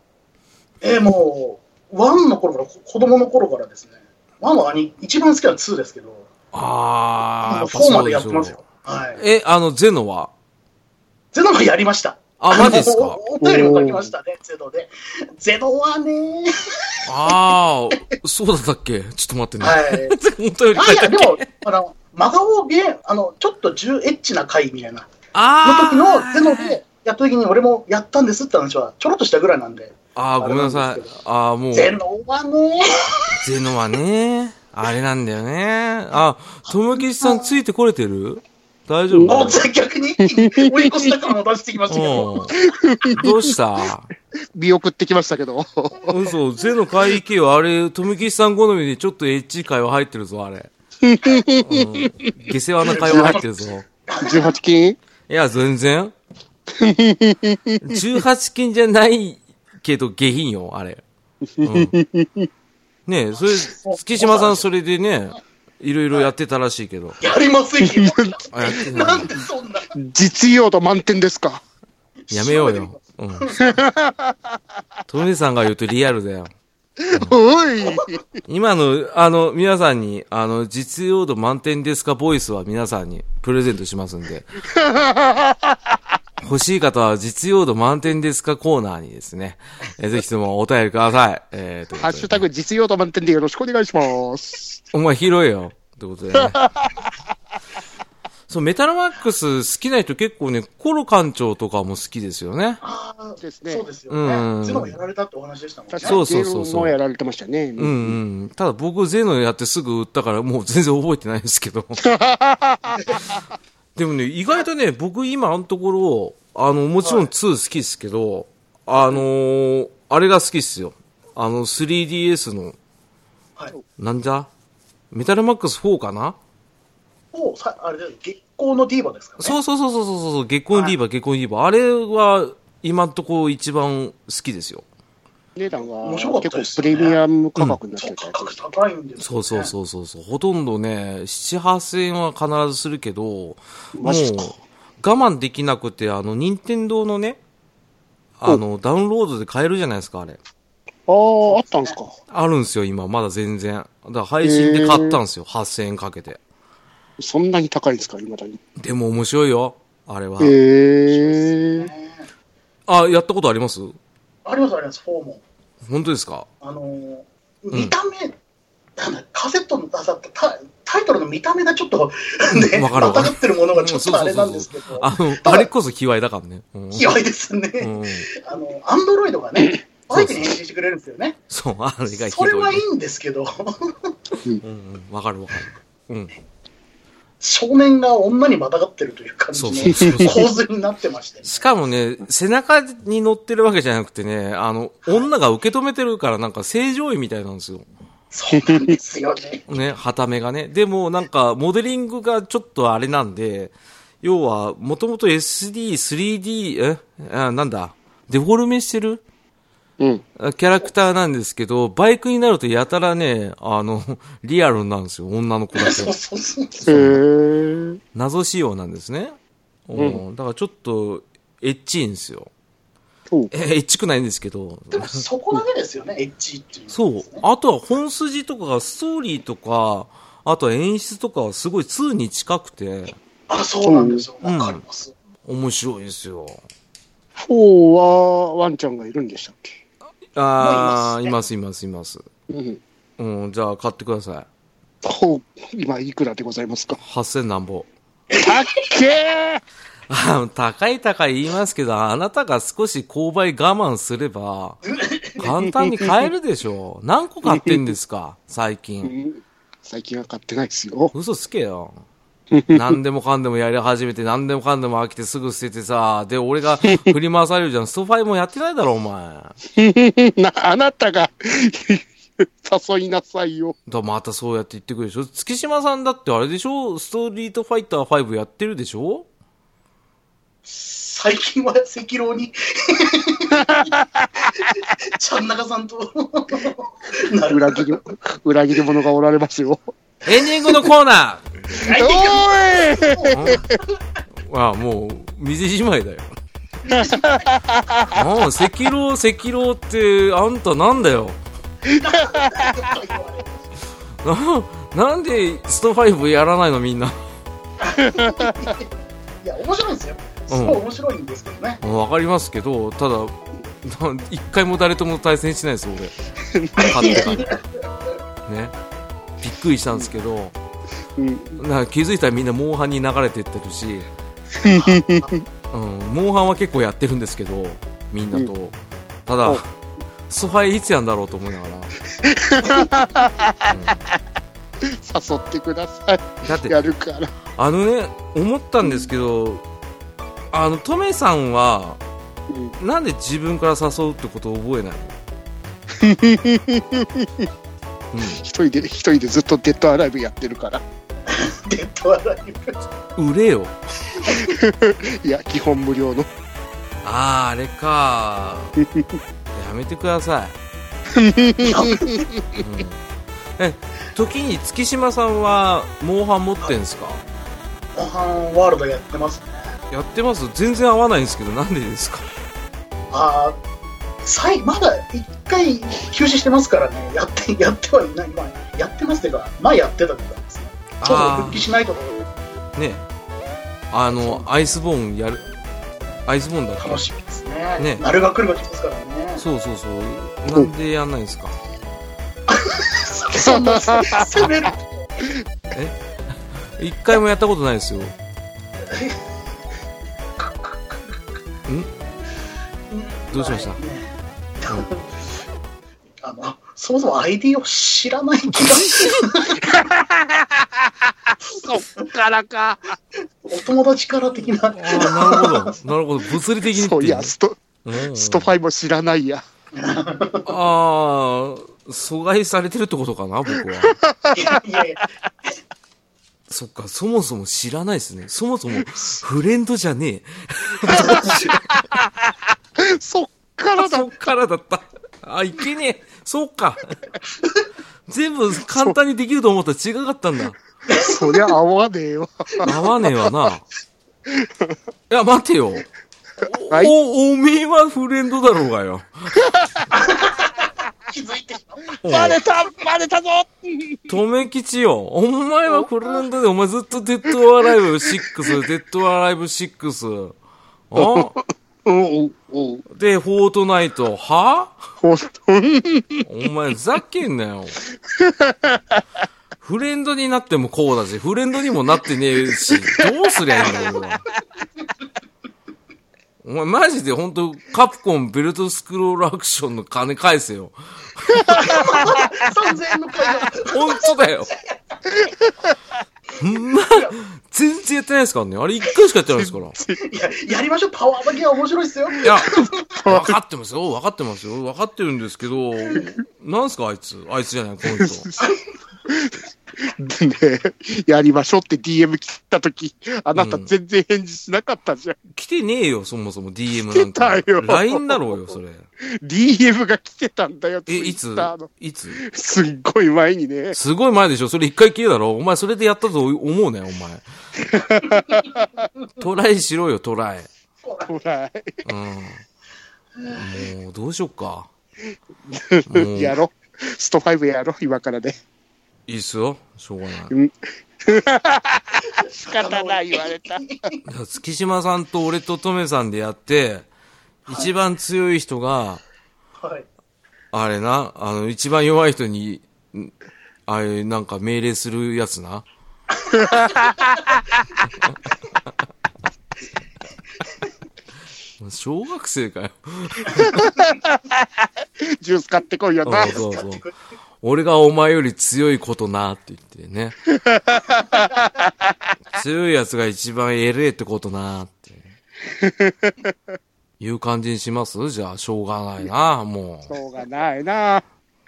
Speaker 3: えーもう、ワンの頃から、こ子供の頃からですね、ワンは兄一番好きなのは2ですけど、
Speaker 2: ああ、や
Speaker 3: もう
Speaker 2: っぱそ
Speaker 3: 4ま
Speaker 2: う
Speaker 3: で
Speaker 2: で
Speaker 3: や
Speaker 2: し
Speaker 3: って
Speaker 2: ょ
Speaker 3: ます
Speaker 2: う
Speaker 3: よ。。はい。
Speaker 2: え、あの、ゼノは
Speaker 3: ゼノもやりました。
Speaker 2: あ、マジっす
Speaker 3: あの
Speaker 2: か
Speaker 3: おお便りも書きましたね、ゼノで。ゼノはね、
Speaker 2: ああ、そうだったっけちょっと待ってね。
Speaker 3: はい。
Speaker 2: [laughs] 本当より
Speaker 3: あ、
Speaker 2: 書い
Speaker 3: い
Speaker 2: た
Speaker 3: や、
Speaker 2: っ
Speaker 3: で
Speaker 2: け
Speaker 3: も、あの、真顔ゲーあの、ちょっと重エッチな回みたいな、の
Speaker 2: あ
Speaker 3: 時のゼノで、やった時に俺もやったんですって話は、ちょろっとしたぐらいなんで、
Speaker 2: ああ、ごめんなさい
Speaker 3: あれなんですけ。
Speaker 2: ああ、もう、
Speaker 3: ゼ
Speaker 2: ゼ
Speaker 3: ノはね、
Speaker 2: ノはね、あれなんだよね。あ、ともきちさんついてこれてる大丈
Speaker 3: も
Speaker 2: 夫
Speaker 3: う
Speaker 2: [laughs]
Speaker 3: 逆に追い越した感も出してきましたけど、
Speaker 2: うん。どうした
Speaker 1: 見送ってきましたけど。
Speaker 2: 嘘、ゼノ会議系はあれ、ともきちさん好みでちょっとエッチ会話入ってるぞ、あれ。うん、下世話な会話入ってるぞ。
Speaker 1: 18金
Speaker 2: いや、全然。18禁じゃないけど下品よ、あれ。うん、ねえ、それ、月島さんそれでね、いろいろやってたらしいけど。
Speaker 3: やりませんよ。
Speaker 2: あやってな
Speaker 3: ないんでそんな。
Speaker 1: 実用度満点ですか
Speaker 2: やめようよ。うん。トミーさんが言うとリアルだよ。
Speaker 1: おい
Speaker 2: 今の、あの、皆さんに、あの、実用度満点ですかボイスは皆さんにプレゼントしますん [laughs] で。欲しい方は実用度満点ですかコーナーにですね、えーぜひともお便りください。えー、ということで
Speaker 1: ハッシュタグ実用度満点でよろしくお願いします。
Speaker 2: お前広いよ。ってことでね。そう、メタルマックス好きな人結構ね、コロ館長とかも好きですよね。
Speaker 3: ああ、
Speaker 1: ですね
Speaker 3: そうですよ
Speaker 2: うん
Speaker 3: ね。ゼノもやられたってお話でしたもんね。
Speaker 2: そうそうそうそう
Speaker 1: ゲームもやられてましたね。
Speaker 2: うんうん。ただ僕、ゼノやってすぐ売ったから、もう全然覚えてないですけど。でもね、意外とね、僕今のところ、あの、もちろん2好きですけど、あのーあれが好きっすよ。あの、3DS の、
Speaker 3: はい。
Speaker 2: なんじゃメタルマックス4かな
Speaker 3: おさあれで月光のディーバですからね。
Speaker 2: そうそうそうそうそうそう、結婚リーバー、結婚リーバー。あれは、今んとこ一番好きですよ。
Speaker 1: 値段は
Speaker 3: 面
Speaker 1: 結
Speaker 3: 白かったで
Speaker 1: 構
Speaker 3: す
Speaker 1: プ
Speaker 3: ね
Speaker 1: レミアム価格になっ
Speaker 3: そ
Speaker 1: て
Speaker 3: う
Speaker 1: た
Speaker 3: 価
Speaker 1: や
Speaker 3: 格
Speaker 1: つ。
Speaker 3: 高いんですよね。
Speaker 2: そうそうそうそうそう。ほとんどね、7、8000円は必ずするけど、もう、
Speaker 1: マジっすか
Speaker 2: 我慢できなくて、あの、任天堂のね、あの、ダウンロードで買えるじゃないですか、あれ。
Speaker 1: ああ、あったんですか。
Speaker 2: あるんですよ、今。まだ全然。だから配信で買ったんですよ。8000円かけて。
Speaker 1: そんなに高いんですか、いまだに。
Speaker 2: でも面白いよ。あれは。
Speaker 1: ええー。
Speaker 2: あ、やったことあります
Speaker 3: ありますあります、4も。
Speaker 2: 本当ですか
Speaker 3: あのー見た目、なんだ、カセットのあさタタイトルの見た目がちょっと、ね、
Speaker 2: わかるわかる
Speaker 3: ってるものがちょっ
Speaker 2: そう
Speaker 3: とあ
Speaker 2: そう
Speaker 3: れ
Speaker 2: そ
Speaker 3: な
Speaker 2: うん
Speaker 3: ですけ
Speaker 2: そう
Speaker 3: ど、
Speaker 2: あの、
Speaker 3: ただ
Speaker 2: あれこそ卑猥だからね。うん
Speaker 3: ひどいですね。
Speaker 2: うん
Speaker 3: あの、アンドロイドがね、相手に返信してくれるんですよね。
Speaker 2: そう、あれがひ
Speaker 3: それ
Speaker 2: ど
Speaker 3: はいい。いんですけど、
Speaker 2: うんうんわかるわかる。うん。
Speaker 3: 少年が女にまたがってるという感じ
Speaker 2: そ
Speaker 3: の
Speaker 2: うそう
Speaker 3: [laughs]
Speaker 2: そうそう。
Speaker 3: 構図になってまして、
Speaker 2: しかもね、背中に乗ってるわけじゃなくてね、あの、女が受け止めてるからなんか正常位みたいなんですよ。
Speaker 3: そうなんですよね。
Speaker 2: ね、旗目がね。でもなんか、モデリングがちょっとあれなんで、要は、もともと SD、3D、えあなんだ、デフォルメしてる
Speaker 1: うん。
Speaker 2: あキャラクターなんですけど、バイクになるとやたらね、あの、リアルなんですよ、女の子だけ
Speaker 3: そうそうそ
Speaker 1: え
Speaker 3: う。
Speaker 1: えー。
Speaker 2: 謎仕様なんですね。うん。だからちょっと、エッチいんですよ。
Speaker 1: おう
Speaker 2: え、エッチくないんですけど。
Speaker 3: でもそこだけですよね、エッジっていうのはです
Speaker 2: そ
Speaker 3: ね、
Speaker 2: う。あとは本筋とかがストーリーとか、あとは演出とかはすごい2に近くて、
Speaker 3: あ、そうなんですよ。
Speaker 2: うん
Speaker 3: わかります。
Speaker 2: 面白いんですよ。
Speaker 1: 4はワンちゃんがいるんでしたっけ
Speaker 2: ああ、い
Speaker 3: い
Speaker 2: ま、
Speaker 3: ます
Speaker 2: います、います。
Speaker 1: うん。
Speaker 2: うん、じゃあ買ってください。
Speaker 1: ほう、今いくらでございますか
Speaker 2: 8000なんぼ。 [laughs]
Speaker 1: たっけ
Speaker 2: あの高い高い言いますけど、あなたが少し購買我慢すれ [laughs] ば、簡単に買えるでしょう。何個買ってんですか、最
Speaker 1: ーう
Speaker 2: 近。
Speaker 1: ん。最近は買ってないですよ。
Speaker 2: 嘘つけよ。何でもかんでもやり始めて、何でもかんでも飽きてすぐ捨ててさ、で、俺が振り回されるじゃん。ストファイもやってないだろ、お前。
Speaker 1: [laughs] な、あなたが誘いなさいよ。
Speaker 2: だまたそうやって言ってくるでしょ月島さんだってあれでしょストリートファイター5やってるでしょ
Speaker 3: 最近は赤狼に、ちゃん中さんと、なる
Speaker 1: 裏切り、裏切り者がおられますよ。
Speaker 2: エンディングのコー [laughs] ナ
Speaker 1: おーい
Speaker 2: ーああ、もう、水じまいだよ。ああ、赤狼、赤狼って、あんたなんだよ。 [laughs] な、なんでスト5やらないのみんな。
Speaker 3: いや、面白いんですよ。すごい面白いんですけどね。
Speaker 2: わかりますけど、ただ、 [laughs] な一回も誰とも対戦しないです、俺。勝ってから。ね。びっくりしたんですけど、
Speaker 1: うん
Speaker 2: な気づいたらみんなモンハンに流れてってるし、うん、モンハンは結構やってるんですけどみんなと、ただ
Speaker 1: お
Speaker 2: ソファイいつやんだろうと思いながら、
Speaker 1: 誘ってください。
Speaker 2: だって
Speaker 1: やるから。
Speaker 2: あのね思ったんですけどあのトメさんは
Speaker 1: うん
Speaker 2: なんで自分から誘うってことを覚えないの、
Speaker 3: [laughs]
Speaker 1: 一人で、一人でずっとデッドアライブやってるから。
Speaker 3: デッドアライブ。
Speaker 2: うん、売れよ
Speaker 1: いや、基本無料の。
Speaker 2: あああれかやめてくださ
Speaker 3: [laughs]
Speaker 2: い、うん、え時に月島さんはモンハン持ってんすか
Speaker 3: モンハンワールドやってますね。
Speaker 2: やってます全然合わないんですけどなんでですか
Speaker 3: あーさいまだ一回休止してますからね、やってやってはいない、まあ、やってますっていうか、前やってたみたいですね。ちょっと
Speaker 2: あ
Speaker 3: 復帰しないと
Speaker 2: あねあのアイスボーンやるアイスボーンだっけ
Speaker 3: 楽しみですね。
Speaker 2: ね
Speaker 3: なるが来るが来ますからね。
Speaker 2: そうそうそうなんでやんないんですか
Speaker 3: そんな、そそれ、
Speaker 2: 一回もやったことないですよんどうしました
Speaker 3: ねあの、そもそも ID を知らない気がする。
Speaker 1: そっからか。
Speaker 3: お友達から的な。
Speaker 2: ああなるほどなるほど物理的にって
Speaker 1: そういや、スト、
Speaker 2: うん
Speaker 1: ストファイも知らないや。
Speaker 2: ああ阻害されてるってことかな僕は
Speaker 1: [laughs]
Speaker 3: いやいやいや、
Speaker 2: そっかそもそも知らないですねそもそ
Speaker 1: [laughs]
Speaker 2: もフレンドじゃね
Speaker 1: そっから
Speaker 2: え
Speaker 1: だ
Speaker 2: そ。っからだったあいけねえそっか全部簡単にできると思ったら違かったんだ
Speaker 1: そりゃ合わねえわ。
Speaker 2: 合わねえわな。いや、待てよ。
Speaker 1: はい
Speaker 2: お、おめえはフレンドだろうがよ。
Speaker 3: [laughs] 気づいてしまった。
Speaker 2: おう
Speaker 1: バレたバレたぞ
Speaker 2: 留吉よ。お前はフロントで、お前ずっとデッドアライブ6、デッドアライブ6。あ
Speaker 1: うん、うん、うん。
Speaker 2: で、フォートナイト。は
Speaker 1: ほんと、
Speaker 2: お前、ふざけんなよ。フレンドになってもこうだし、フレンドにもなってねえし、どうすりゃいいんだ、俺は。お前、マジで本当カプコンベルトスクロールアクションの金返せよ。
Speaker 3: 3000円の会話。
Speaker 2: 本当だよ。まあ、全然やってないですからね。あれ一回しかやってないですから。
Speaker 3: いや、やりましょう。パワーだけは面白いっすよ。
Speaker 2: いや、分かってますよ。分かってますよ。分かってるんですけど、なんすか、あいつ。あいつじゃない、この人。
Speaker 1: で、やりましょうって DM 切ったとき、あなた
Speaker 2: うん
Speaker 1: 全然返事しなかったじゃん。
Speaker 2: 来てねえよ、そもそも DM なんか。
Speaker 1: 来てたよ
Speaker 2: LINE だろうよ、それ。
Speaker 1: DM が来てたんだよ、
Speaker 2: え、いつ
Speaker 1: Twitter の
Speaker 2: いつ
Speaker 1: すっごい前にね。
Speaker 2: すごい前でしょそれ一回きりだろお前それでやったと思うね、お前。トライしろよ、トライ。
Speaker 1: ほら、
Speaker 2: うん。もう、どうしよっか。ん
Speaker 1: やろ。スト5やろ、今からね。
Speaker 2: いいっすよ。しょうがない。
Speaker 1: 仕方ない、言われた。
Speaker 2: だから月島さんと俺とトメさんでやって、一番強い人が、
Speaker 3: はい。
Speaker 2: あれな、あの、一番弱い人に、んあれ、なんか命令するやつな。小学生かよ。
Speaker 1: ジュース買ってこいよな。
Speaker 2: そうそうそう。俺がお前より強いことなって言ってね。強いやつが一番偉いってことなって。いう感じにしますじゃあ、しょうがないな、もう。
Speaker 1: しょうがないな。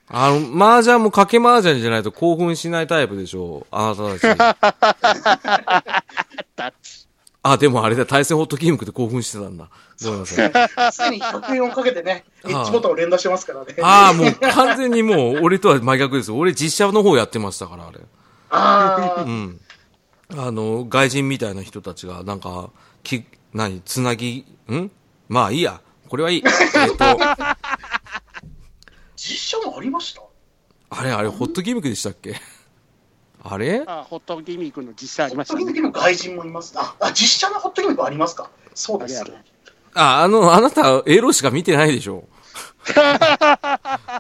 Speaker 2: あの、麻雀も掛け麻雀じゃないと興奮しないタイプでしょうあなたたち。あ、でもあれだ、対戦ホットゲームクで興奮してたんだ。ごめんなさい。
Speaker 3: ついに100円をかけて
Speaker 2: [laughs]
Speaker 3: ね、エ
Speaker 2: い
Speaker 3: ッジボタンを連打してますからね。
Speaker 2: ああ、もう完全にもう、俺とは真逆です。俺実写の方やってましたから、あれ。
Speaker 3: あー
Speaker 2: うん。あの、外人みたいな人たちが、なんか、き、何、つなぎ、んまあいいや。これはい
Speaker 3: [laughs]
Speaker 2: い。えっと、あ
Speaker 3: 実写もありました
Speaker 2: れあれ、ホットギミックでしたっけあれ
Speaker 1: あ、ホットギミックの実写あり
Speaker 3: ホ
Speaker 1: ま
Speaker 3: ッ
Speaker 1: した
Speaker 3: トギミッ
Speaker 1: ね。
Speaker 3: クの外人もいます。あ、あ実写のホットギミックありますかそうです
Speaker 1: あるあ
Speaker 3: ね
Speaker 1: る。
Speaker 2: あ、あの、あなた、エロしか見てないでし
Speaker 3: [laughs]
Speaker 2: ょ。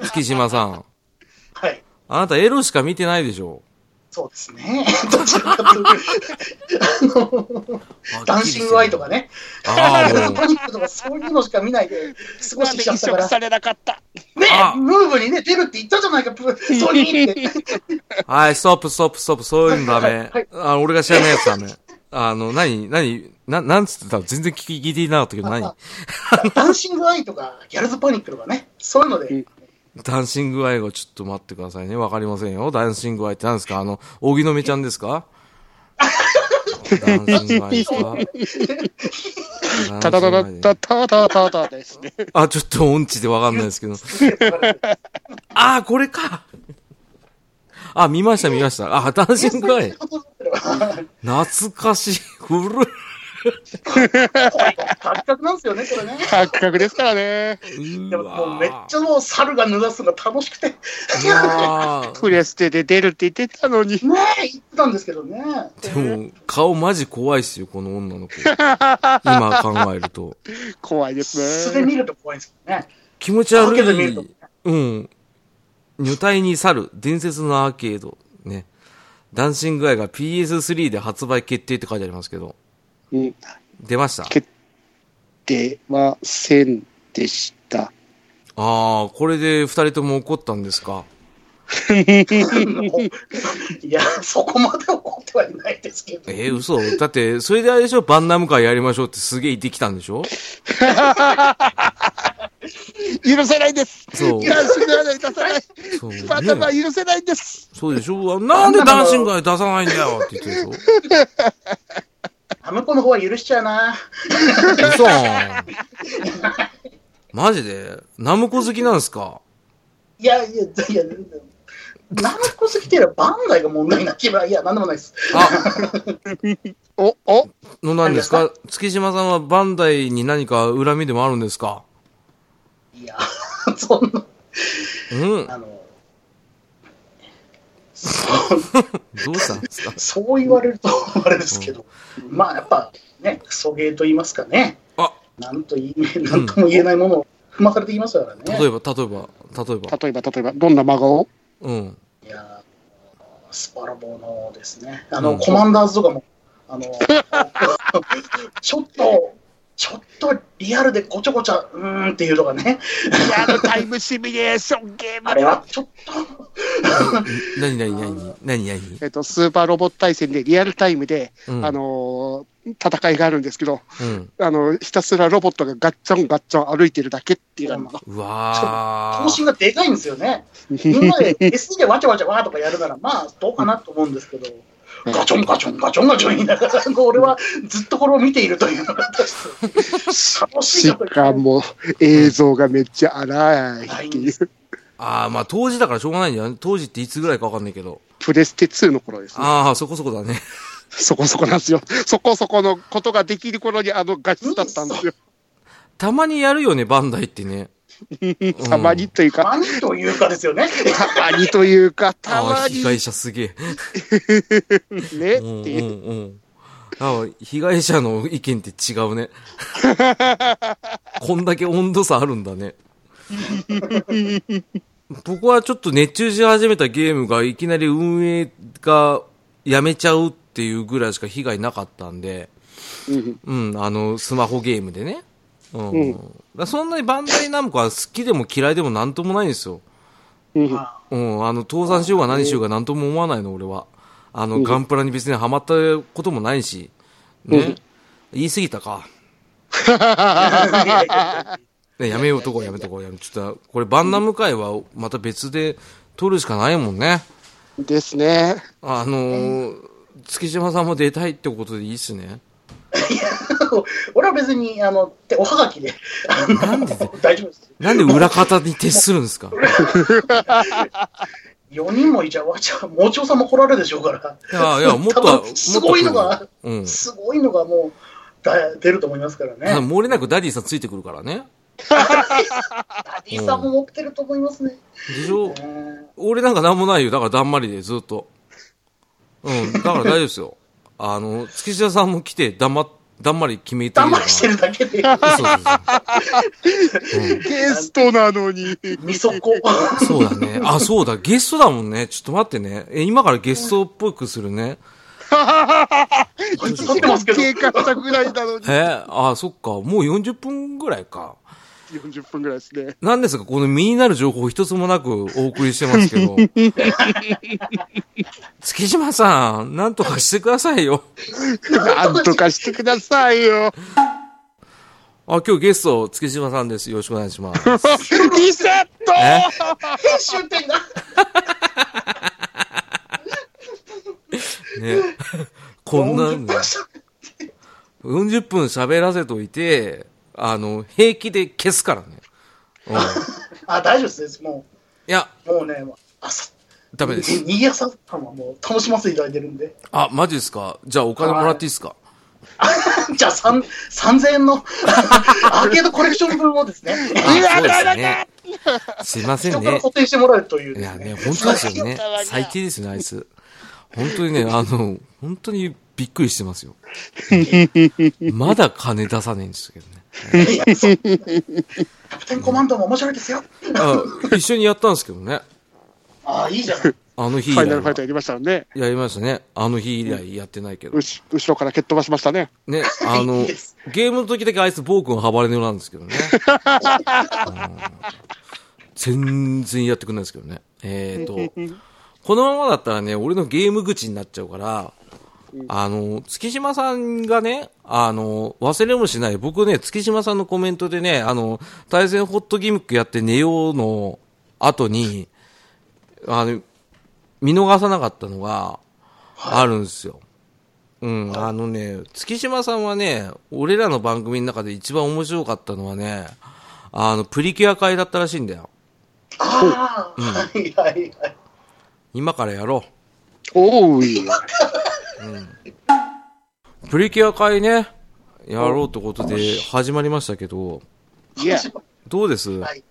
Speaker 2: 月島さん。
Speaker 3: はい。
Speaker 2: あなた、エロしか見てないでしょ。
Speaker 3: そうですね。 [laughs] どちらかという
Speaker 2: [laughs]
Speaker 3: と、あの、ダンシングワイとかね、
Speaker 2: ああ、もう。
Speaker 3: パニックとかそういうのしか見ないで過ご
Speaker 1: な
Speaker 3: し
Speaker 1: ん
Speaker 3: て
Speaker 1: で
Speaker 3: きちゃ
Speaker 1: 移
Speaker 3: ったか
Speaker 1: 植
Speaker 3: ら、
Speaker 1: されなかった。
Speaker 3: [laughs] ね
Speaker 2: [laughs] あ、
Speaker 3: ムーブにね、出るって言ったじゃないか、プソニーって。
Speaker 2: はい、ストップ、ストップ、ストップ、そういうのダメ。
Speaker 3: はい
Speaker 2: あ俺が知らないやつダメ。あの、何、何、な、なんつってたの全然聞き聞いていなかったけど、何
Speaker 3: ダンシングワイとか、ギャルズパニックとかね、そういうので、
Speaker 2: ダンシングアイをちょっと待ってくださいね。わかりませんよ。ダンシングアイって何ですかあの、荻野目ちゃんですかダンシングアイですか
Speaker 3: [laughs]
Speaker 1: ただだ
Speaker 2: ダンシングアイで
Speaker 1: だただだだですね。
Speaker 2: あ、ちょっと音痴でわかんないですけど。 [laughs] あー、これかあ、見ました、見ました。あ、ダンシン
Speaker 3: [laughs]
Speaker 2: グアイ。懐かしい。古い。
Speaker 3: 感覚なんですよね、これね。
Speaker 1: 感覚ですからね。
Speaker 3: でももうめっちゃもう猿が脱がすのが楽しくて、ね
Speaker 2: ゃ。
Speaker 1: プレステで出るって言ってたの [laughs] に。
Speaker 3: え、言ってたんですけどね。
Speaker 2: でも、顔マジ怖いっすよ、この女の子。今考えると。
Speaker 1: 怖いです
Speaker 3: 素で
Speaker 1: ね。
Speaker 3: 見ると怖いんですけどね。
Speaker 2: 気持ち悪
Speaker 3: アーケード見ると
Speaker 2: い。うん。女体に去る、伝説のアーケード。ね。ダンシングアイが PS3 で発売決定って書いてありますけど。
Speaker 1: うん。
Speaker 2: 出ました。
Speaker 1: 決定はせんで [laughs] した。
Speaker 2: ああ、これで二人とも怒ったんですか。
Speaker 3: いや、そこまで怒ってはいないですけど。
Speaker 2: えー、嘘だって、それであれでしょバンナム会やりましょうってすげえ言ってきたんでしょ
Speaker 1: [laughs] 許せないです
Speaker 2: そう
Speaker 1: いや、それはね出さない
Speaker 2: そう。ね
Speaker 1: バナナ許せないんです
Speaker 2: そうでしょなんでダンシングアイ出さないんだよって言ってるでし
Speaker 3: アムコの方は許しちゃう
Speaker 2: ょ
Speaker 3: な。
Speaker 2: 嘘 [laughs] マジでナムコ好きなんですか
Speaker 3: いやいや、いや、ナムコ好きっていうのはバンダイが問題な気分。いや、なんでもないです。
Speaker 2: あ、
Speaker 1: お、お、
Speaker 2: のなんですか月島さんはバンダイに何か恨みでもあるんですか
Speaker 3: いや、そんな、
Speaker 2: うん。
Speaker 3: あの、そう、
Speaker 2: どうしたんですか
Speaker 3: そう言われるとあれですけど、まあやっぱね、クソゲーと言いますかね、
Speaker 2: あ
Speaker 3: なんと言い、なんとも言えないものを踏まされていますからね。
Speaker 2: 例えば、例えば、例えば。
Speaker 1: 例えば、例えば、どんな真顔
Speaker 2: うん。
Speaker 3: いやースパラボのですね、あの、
Speaker 2: うん
Speaker 3: コマンダーズとかも、あの [laughs] ちょっと、ちょっとリアルでごちゃごちゃ、うーんっていうとかね、
Speaker 1: リアルタイムシミュレーションゲーム
Speaker 3: あれはちょっと、
Speaker 2: なになになになになに
Speaker 1: えっと、スーパーロボット対戦でリアルタイムで、
Speaker 2: うん
Speaker 1: あのー戦いがあるんですけど、
Speaker 2: うん。
Speaker 1: あのひたすらロボットがガッチャンガッチャン歩いてるだけっていうのが
Speaker 2: うわ
Speaker 3: 方針
Speaker 2: ー。
Speaker 3: がでかいんですよね。今まで SD でわちゃわちゃわーとかやるなら、まあ、どうかなと思うんですけど、ガチョンガチョンガチョンガチョン言いながら、こう俺はずっとこれを見ているというのが、楽しい
Speaker 1: し
Speaker 3: ことに
Speaker 1: かも映像がめっちゃ荒い
Speaker 3: ない
Speaker 1: っ
Speaker 3: ん
Speaker 1: て
Speaker 3: で
Speaker 1: い
Speaker 3: す
Speaker 1: う、
Speaker 2: あー、まあ当時だからしょうがないんじゃん。当時っていつぐらいかわかんないけど。
Speaker 1: プレステ2の頃ですね。
Speaker 2: あー、そこそこだね。
Speaker 1: そこそこなんですよ。そこそこのことができる頃にあの画質だったんですよ。
Speaker 2: たまにやるよね、バンダイってね。
Speaker 1: たまにというか、
Speaker 3: 何というかですよね。
Speaker 1: たまにというか、た
Speaker 2: あ
Speaker 1: ま
Speaker 2: あ、
Speaker 1: に
Speaker 2: 被
Speaker 1: ね
Speaker 2: 害者すげえ。
Speaker 1: って
Speaker 2: うん
Speaker 1: いうう。
Speaker 2: んうん。あ被害者の意見って違
Speaker 1: [laughs]
Speaker 2: うね。こんだけ温度差あるんだね。僕はちょっと熱中し始めたゲームがいきなり運営がやめちゃうっていうぐらいしか被害なかったんで、
Speaker 1: うん
Speaker 2: うん、あの、スマホゲームでね。うん。
Speaker 1: うん
Speaker 2: だからそんなにバンダイナムコは好きでも嫌いでもなんともないんですよ。
Speaker 1: うん
Speaker 2: うん、あの、倒産しようが何しようが何とも思わないの、俺は。あの、ガンプラに別にハマったこともないし、ね。言い過ぎ
Speaker 1: [laughs]
Speaker 2: たか。ねやめようとこやめとこうやめ、ちょっと、これバンナム会はまた別で撮るしかないもんね。
Speaker 1: ですね。
Speaker 2: あのー、月島さんも出たいってことでいいっすね。
Speaker 3: [laughs] 俺は別に、あの、ておはがきで、あの大丈夫です。
Speaker 2: なんで裏方に徹するんですかい
Speaker 3: 4人もいちゃわちゃ、もうちょうさんも来られるでしょうから。
Speaker 2: や
Speaker 3: [laughs]
Speaker 2: いや、もっとは、もっ
Speaker 3: 多
Speaker 2: と
Speaker 3: 分すごいのが、
Speaker 2: 来るよ
Speaker 3: すごいのがもう、だ出ると思いますから
Speaker 2: うん。
Speaker 3: ね。
Speaker 2: 漏れなくダディさんついてくるからね。
Speaker 3: ダディさんも持ってると思いますね。
Speaker 2: でしょ
Speaker 3: えー
Speaker 2: 俺なんかなんもないよ。だからだんまりで、ずっと。うん、だから大丈夫ですよ。あの、月下さんも来て、だんま、だんまり決めて
Speaker 3: だ
Speaker 2: る
Speaker 3: んまりしてるだけで、
Speaker 2: そうそう
Speaker 1: ゲストなのに。
Speaker 3: みそこ。
Speaker 2: そう。そうだね。あ、そうだ。ゲストだもんね。ちょっと待ってね。え、今からゲストっぽくするね。
Speaker 3: 撮ってますけど、
Speaker 1: 経過したぐらいなのに。
Speaker 2: え、あ、そっか。もう40分ぐらいか。
Speaker 1: 40分ぐらいですね。
Speaker 2: なんですかこの身になる情報一つもなくお送りしてますけど。月島さん、なんとかしてくださいよ。
Speaker 1: なんとかしてくださいよ。
Speaker 2: あ、今日ゲスト、月島さんです。よろしくお願いします。
Speaker 1: リセット
Speaker 2: え
Speaker 3: 編集点が、
Speaker 2: ね。こんなんで、40分喋らせといて、あの、平気で消すからね。うん。い
Speaker 3: あ、大丈夫です。も
Speaker 2: や、
Speaker 3: う、もうね、朝、
Speaker 2: ダメ
Speaker 3: [laughs]
Speaker 2: です。
Speaker 3: にぎやささんはもう楽しませていただいてるんで。
Speaker 2: あ、マジですかじゃあお金もらっていいですか
Speaker 3: じゃあ、三3000円のアーケードコレクション分をですね、
Speaker 2: あそうですね。すいませ
Speaker 3: 人
Speaker 2: ん
Speaker 3: から
Speaker 2: ね
Speaker 3: 固。定してもらうとい
Speaker 2: い
Speaker 3: うで
Speaker 2: や
Speaker 3: す
Speaker 2: ね、
Speaker 3: ね。
Speaker 2: 本当ですよね。最低ですよね、あいつ。本当にね、あの、本当にびっくりしてま
Speaker 1: [laughs]
Speaker 2: すよ。まだ金出さねえんですけどね。
Speaker 3: いや [laughs] そうキャプテンコマンドも面白いですよ。
Speaker 2: あ一緒にやったんですけどね。
Speaker 3: ああ、いいじゃない。
Speaker 2: あの日以
Speaker 1: ファイナルファイ
Speaker 2: 来
Speaker 1: ト。やりましたので、
Speaker 2: やりましたね。あの日以来やってないけど
Speaker 1: う。し後ろから蹴っ飛ばしましたね。
Speaker 3: [laughs]
Speaker 2: ね、あの
Speaker 3: いいです、
Speaker 2: ゲームの時だけあいつ、暴君は暴れのなんですけどね。うん全然やってくんないですけどね。えっ、と、
Speaker 3: [laughs]
Speaker 2: このままだったらね、俺のゲーム口になっちゃうから、あの、月島さんがね、あの、忘れもしない、僕ね、月島さんのコメントでね、あの、対戦ホットギミックやって寝ようの後に、あの、見逃さなかったのが、あるんですよ。うん、あのね、月島さんはね、俺らの番組の中で一番面白かったのはね、あの、プリキュア会だったらしいんだよ。
Speaker 3: ああ、はいはいはい。
Speaker 2: 今からやろ
Speaker 1: おうい。
Speaker 2: う。プリキュア会ね、やろうってことで始まりましたけど、
Speaker 1: いや、
Speaker 2: どうです
Speaker 3: はい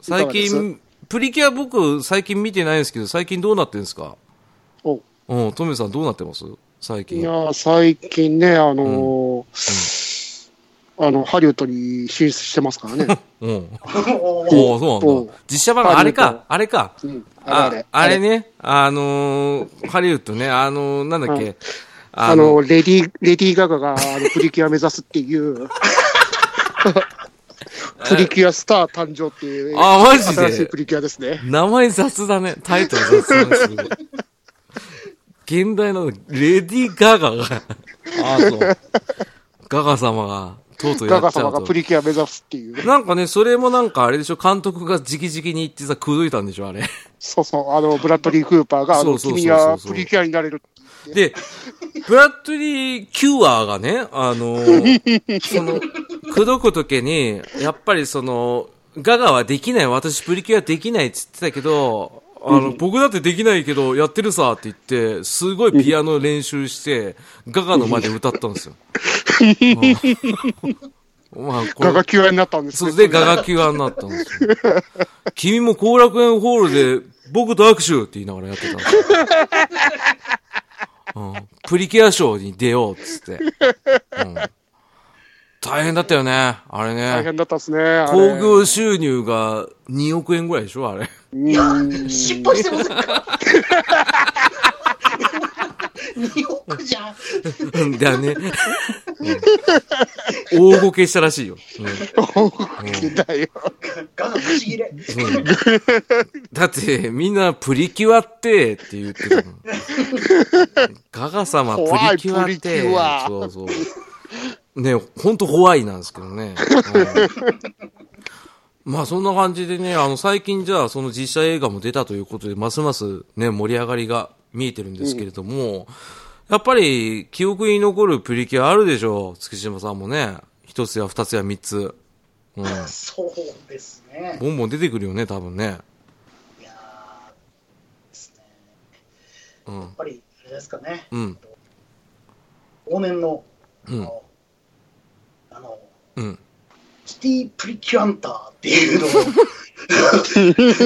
Speaker 2: 最
Speaker 1: いかが
Speaker 2: 近、プリキュア僕最近見てないんですけど、最近どうなってんですか
Speaker 1: お
Speaker 2: うん、トメさんどうなってます最
Speaker 1: い
Speaker 2: 近。
Speaker 1: やー、最近ね、あのーあの、ハリウッドに進出してますから
Speaker 2: [laughs]
Speaker 1: ね。
Speaker 2: うん。
Speaker 3: おー
Speaker 2: おおそうなんだ
Speaker 1: うん。
Speaker 2: 実写版があれか、あれか。
Speaker 1: うん
Speaker 2: ああれね、あのーハリウッドね、あのーなんだっけ、
Speaker 1: あの、レディ、レディーガガが、あの、プリキュア目指すって
Speaker 2: [laughs]
Speaker 1: いう、プリキュアスター誕生っていう、
Speaker 2: あマジで
Speaker 1: 新しいプリキュアですね。
Speaker 2: 名前雑だね。タイトル雑だね。すごい現代のレディー・ガガが、 [laughs] ああ、そう。ガガ様が、とうとうや
Speaker 1: ガ
Speaker 2: っ
Speaker 1: ガ
Speaker 2: ちゃ
Speaker 1: 様
Speaker 2: う
Speaker 1: がプ
Speaker 2: と。
Speaker 1: リキュア目指すっていう。
Speaker 2: なんかね、それもなんかあれでしょ、監督が直々に言ってさ、くどいたんでしょ、あれ。
Speaker 1: そうそう、あの、ブラッドリー・クーパーが、あ
Speaker 2: そ
Speaker 1: の、
Speaker 2: うそうそうそう
Speaker 1: 君はプリキュアになれる。
Speaker 2: で、ブラッドリー・キュアーがね、あのーその、くどくとけに、やっぱりその、ガガはできない、私プリキュアできないって言ってたけど、あの、僕だってできないけど、やってるさって言って、すごいピアノ練習して、ガガの前で歌ったんですよ。うんまあ、これ
Speaker 1: ガガキュアになったんです
Speaker 2: そ
Speaker 1: ね
Speaker 2: れでガガキュアになったんですよ。君も後楽園ホールで僕と握手って言いながらやってたんですよ。うん、プリキュアショーに出ようっつって、うん大変だったよね、あ
Speaker 1: 大
Speaker 2: れね。
Speaker 1: 変だったですね。あれ
Speaker 2: 興
Speaker 1: [laughs]
Speaker 2: 行収入が2億円ぐらいでしょあれ。 [laughs]
Speaker 3: いや、 [laughs] 失敗してませんか ?2 億じゃん。
Speaker 2: うんだよね。うん大ごけしたらしいよ。うん
Speaker 1: だよ。
Speaker 3: ガガブチ切れ。
Speaker 2: だって、みんなプリキュアって、って言ってたも [laughs] ん。ガガ様、プリキュアっ
Speaker 1: 怖いプリ
Speaker 2: て
Speaker 1: キュア。
Speaker 2: そうそう。ね、ほんとホワイなんですけどね。うんまあそんな感じでね、あの最近じゃあその実写映画も出たということで、ますますね、盛り上がりが見えてるんですけれども、やっぱり記憶に残るプリキュアあるでしょう、月島さんもね。一つや二つや三つ。うん。
Speaker 3: そうですね。
Speaker 2: ボンボン出てくるよね、多分ね。
Speaker 3: いやーですね。
Speaker 2: う
Speaker 3: や
Speaker 2: ん
Speaker 3: っ。ぱり、あれですかね。
Speaker 2: うん。
Speaker 3: 往年の、あ
Speaker 2: うん。
Speaker 3: の、あの、
Speaker 2: うん。
Speaker 3: キティプリキュアンターっていう
Speaker 2: [laughs]
Speaker 3: のを、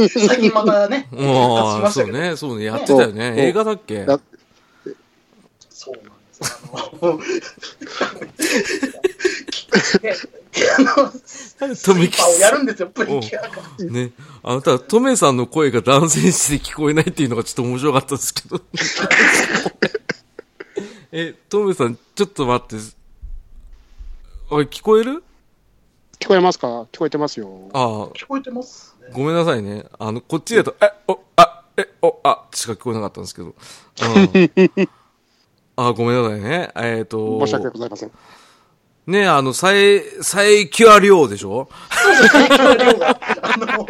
Speaker 3: 最近またね、
Speaker 2: ああ、
Speaker 3: 復活しまし
Speaker 2: そ
Speaker 3: た
Speaker 2: う
Speaker 3: けど
Speaker 2: ね、そうね、やってたよね
Speaker 1: そ。う
Speaker 2: 映画だっけ
Speaker 1: だ
Speaker 3: そうなんです。あの、
Speaker 2: [laughs]
Speaker 3: ねあの
Speaker 2: トメ
Speaker 3: キ
Speaker 2: キ
Speaker 3: ッパーをやるんですよ、プリキュアが。
Speaker 2: ね。あなた、トメさんの声が断線して聞こえないっていうのがちょっと面白かったですけ
Speaker 3: [laughs]
Speaker 2: ど。え、トメさん、ちょっと待って。おい、聞こえる
Speaker 1: 聞こえますか聞こえてますよ。
Speaker 2: ああ、
Speaker 3: 聞こえてますね。
Speaker 2: ごめんなさいね。あの、こっちだと、え、お、あ、え、お、あ、しか聞こえなかったんですけど。うん。
Speaker 3: [laughs]
Speaker 2: ああ、ごめんなさいね。えっ、と。
Speaker 1: 申し訳ございません。
Speaker 2: ねあの、最、最キュア量でしょ
Speaker 3: 最強の量が、あの、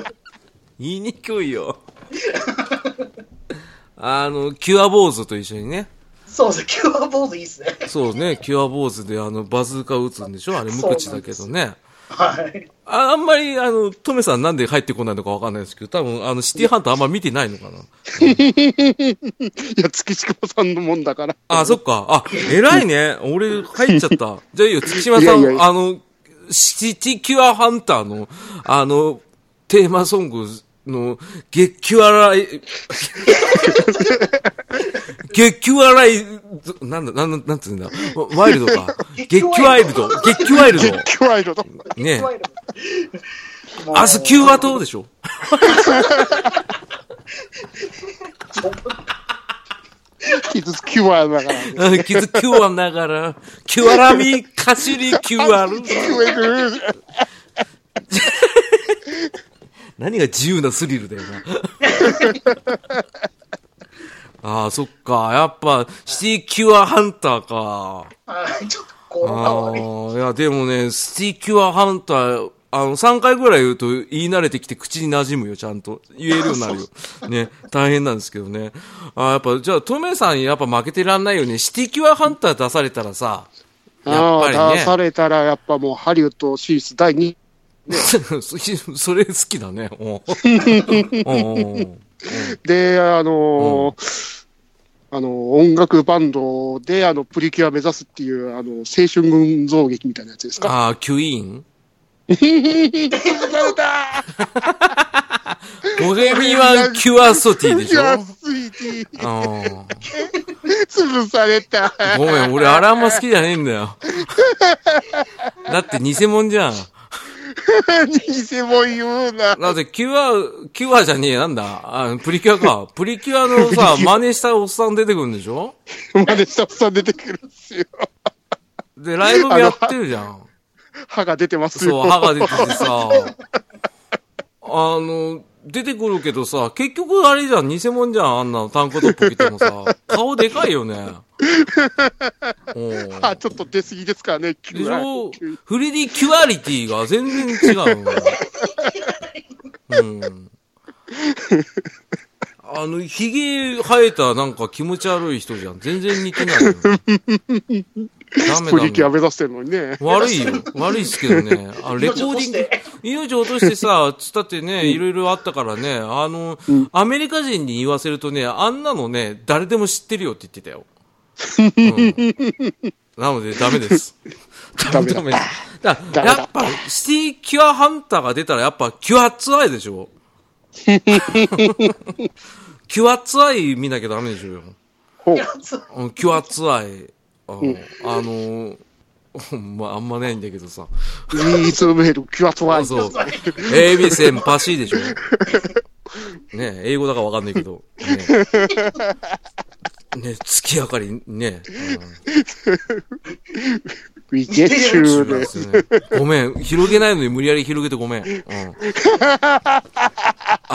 Speaker 3: [laughs]
Speaker 2: 言いにくいよ。あの、キュア坊主と一緒にね。
Speaker 3: そうですね、キュア坊主いいですね。
Speaker 2: そうね、キュア坊主であの、バズーカ撃つんでしょあれ無口だけどね。
Speaker 3: はい。
Speaker 2: ああんまり、あの、トメさんなんで入ってこないのかわかんないですけど、多分、あの、シティハンターあんま見てないのかな。
Speaker 1: いや、月島さんのもんだから。
Speaker 2: あ、そっか。あ、偉いね。俺、入っちゃ
Speaker 1: [laughs]
Speaker 2: った。じゃあいいよ、月島さん、
Speaker 1: いやいや
Speaker 2: あの、シティキュアハンターの、あの、テーマソングの、月キュア
Speaker 1: [laughs]
Speaker 2: ライ、月キュアライ、なんだ、なんだ、なんつうんだ、ワイルドか。月キュワイルド、月キュワイル
Speaker 1: 結
Speaker 2: ド。
Speaker 1: 局ワイルド。
Speaker 2: ね
Speaker 3: いわゆるもう
Speaker 2: アスキューア島でしょ
Speaker 1: 傷つきワイルドだから。
Speaker 2: うん傷キュアながら、キュアラミ、カシリキュアル。
Speaker 1: 聞える。
Speaker 2: 何が自由なスリルだよな。ああ、そっか。やっぱ、シティキュアハンターか。
Speaker 3: はい、ちょっとこの
Speaker 2: あ
Speaker 3: 顔に。
Speaker 2: あ、いや、でもね、シティキュアハンター、あの、3回ぐらい言うと言い慣れてきて口に馴染むよ、ちゃんと。言えるようになるよ。ね、大変なんですけどね。ああ、やっぱ、じゃあ、トメさんやっぱ負けてらんないよね。シティキュアハンター出されたらさ、やっぱり
Speaker 1: ああ、出
Speaker 2: ね
Speaker 1: されたら、やっぱもうハリウッド進出第2
Speaker 2: そ [laughs] それ好きだね。おうおうおう
Speaker 1: で、あのーあのー音楽バンドで、あの、プリキュア目指すっていう、あの、青春群像劇みたいなやつ [laughs] ですか。
Speaker 2: ああ、キュイーン
Speaker 1: 違うだ
Speaker 2: ボヘミアン・キュアソティでしょ
Speaker 1: 安いに
Speaker 2: うん
Speaker 1: 潰された。 [laughs]
Speaker 2: ごめん、俺あれあんま好きじゃねえんだよ。だって偽物じゃん。
Speaker 1: 偽物言うな。
Speaker 2: だってキュア、キュアじゃねえ、なんだあプリキュアか。プリキュアのさ、真似したおっさん出てくるんでしょ
Speaker 1: までスタッフさん出てくるんですよ。
Speaker 2: で、ライブもやってるじゃん。
Speaker 1: 歯が出てますよ。
Speaker 2: そう、歯が出ててさ。あの、出てくるけどさ、結局あれじゃん、偽物じゃん、あんなタンクトップ着てもさ。顔でかいよね。うん
Speaker 1: 歯ちょっと出過ぎですからね、急
Speaker 2: でしょ
Speaker 1: に。
Speaker 2: フレディキュアリティが全然違うのよ。うん。あの、髭生えたなんか気持ち悪い人じゃん。全然似てない [laughs] のよ。ダメ
Speaker 1: プリキュ
Speaker 2: だ
Speaker 1: ア
Speaker 2: ね。
Speaker 1: 目指してるのにね。
Speaker 2: [laughs] 悪いよ。悪いっすけどね。あの、レコーディング、命を落としてさ、つったってね、いろいろあったからね、あの、アメリカ人に言わせるとね、あんなのね、誰でも知ってるよって言ってたよ。うんなので、ダメです。
Speaker 1: [laughs] ダメだ
Speaker 2: ダメですだ
Speaker 1: ダメだ
Speaker 2: やっぱ、シティキュアハンターが出たら、やっぱ、キュアツアイでし
Speaker 1: [laughs]
Speaker 2: ょキュアツアイ見なきゃダメでしょうよ。
Speaker 1: ほう。
Speaker 2: うんキュアツアイ。あの、あのほんま、あんまないんだけどさ。
Speaker 1: ミーツメール、キュアトワイズ。
Speaker 2: そう。エビセンパシーでしょねえ英語だからわかんないけど。ねえねえ月明かり、ねえ
Speaker 1: We get
Speaker 2: う
Speaker 1: you
Speaker 2: んそうなん
Speaker 1: で
Speaker 2: で。すよねごめん。広げないのに無理やり広げてごめん。うん。あ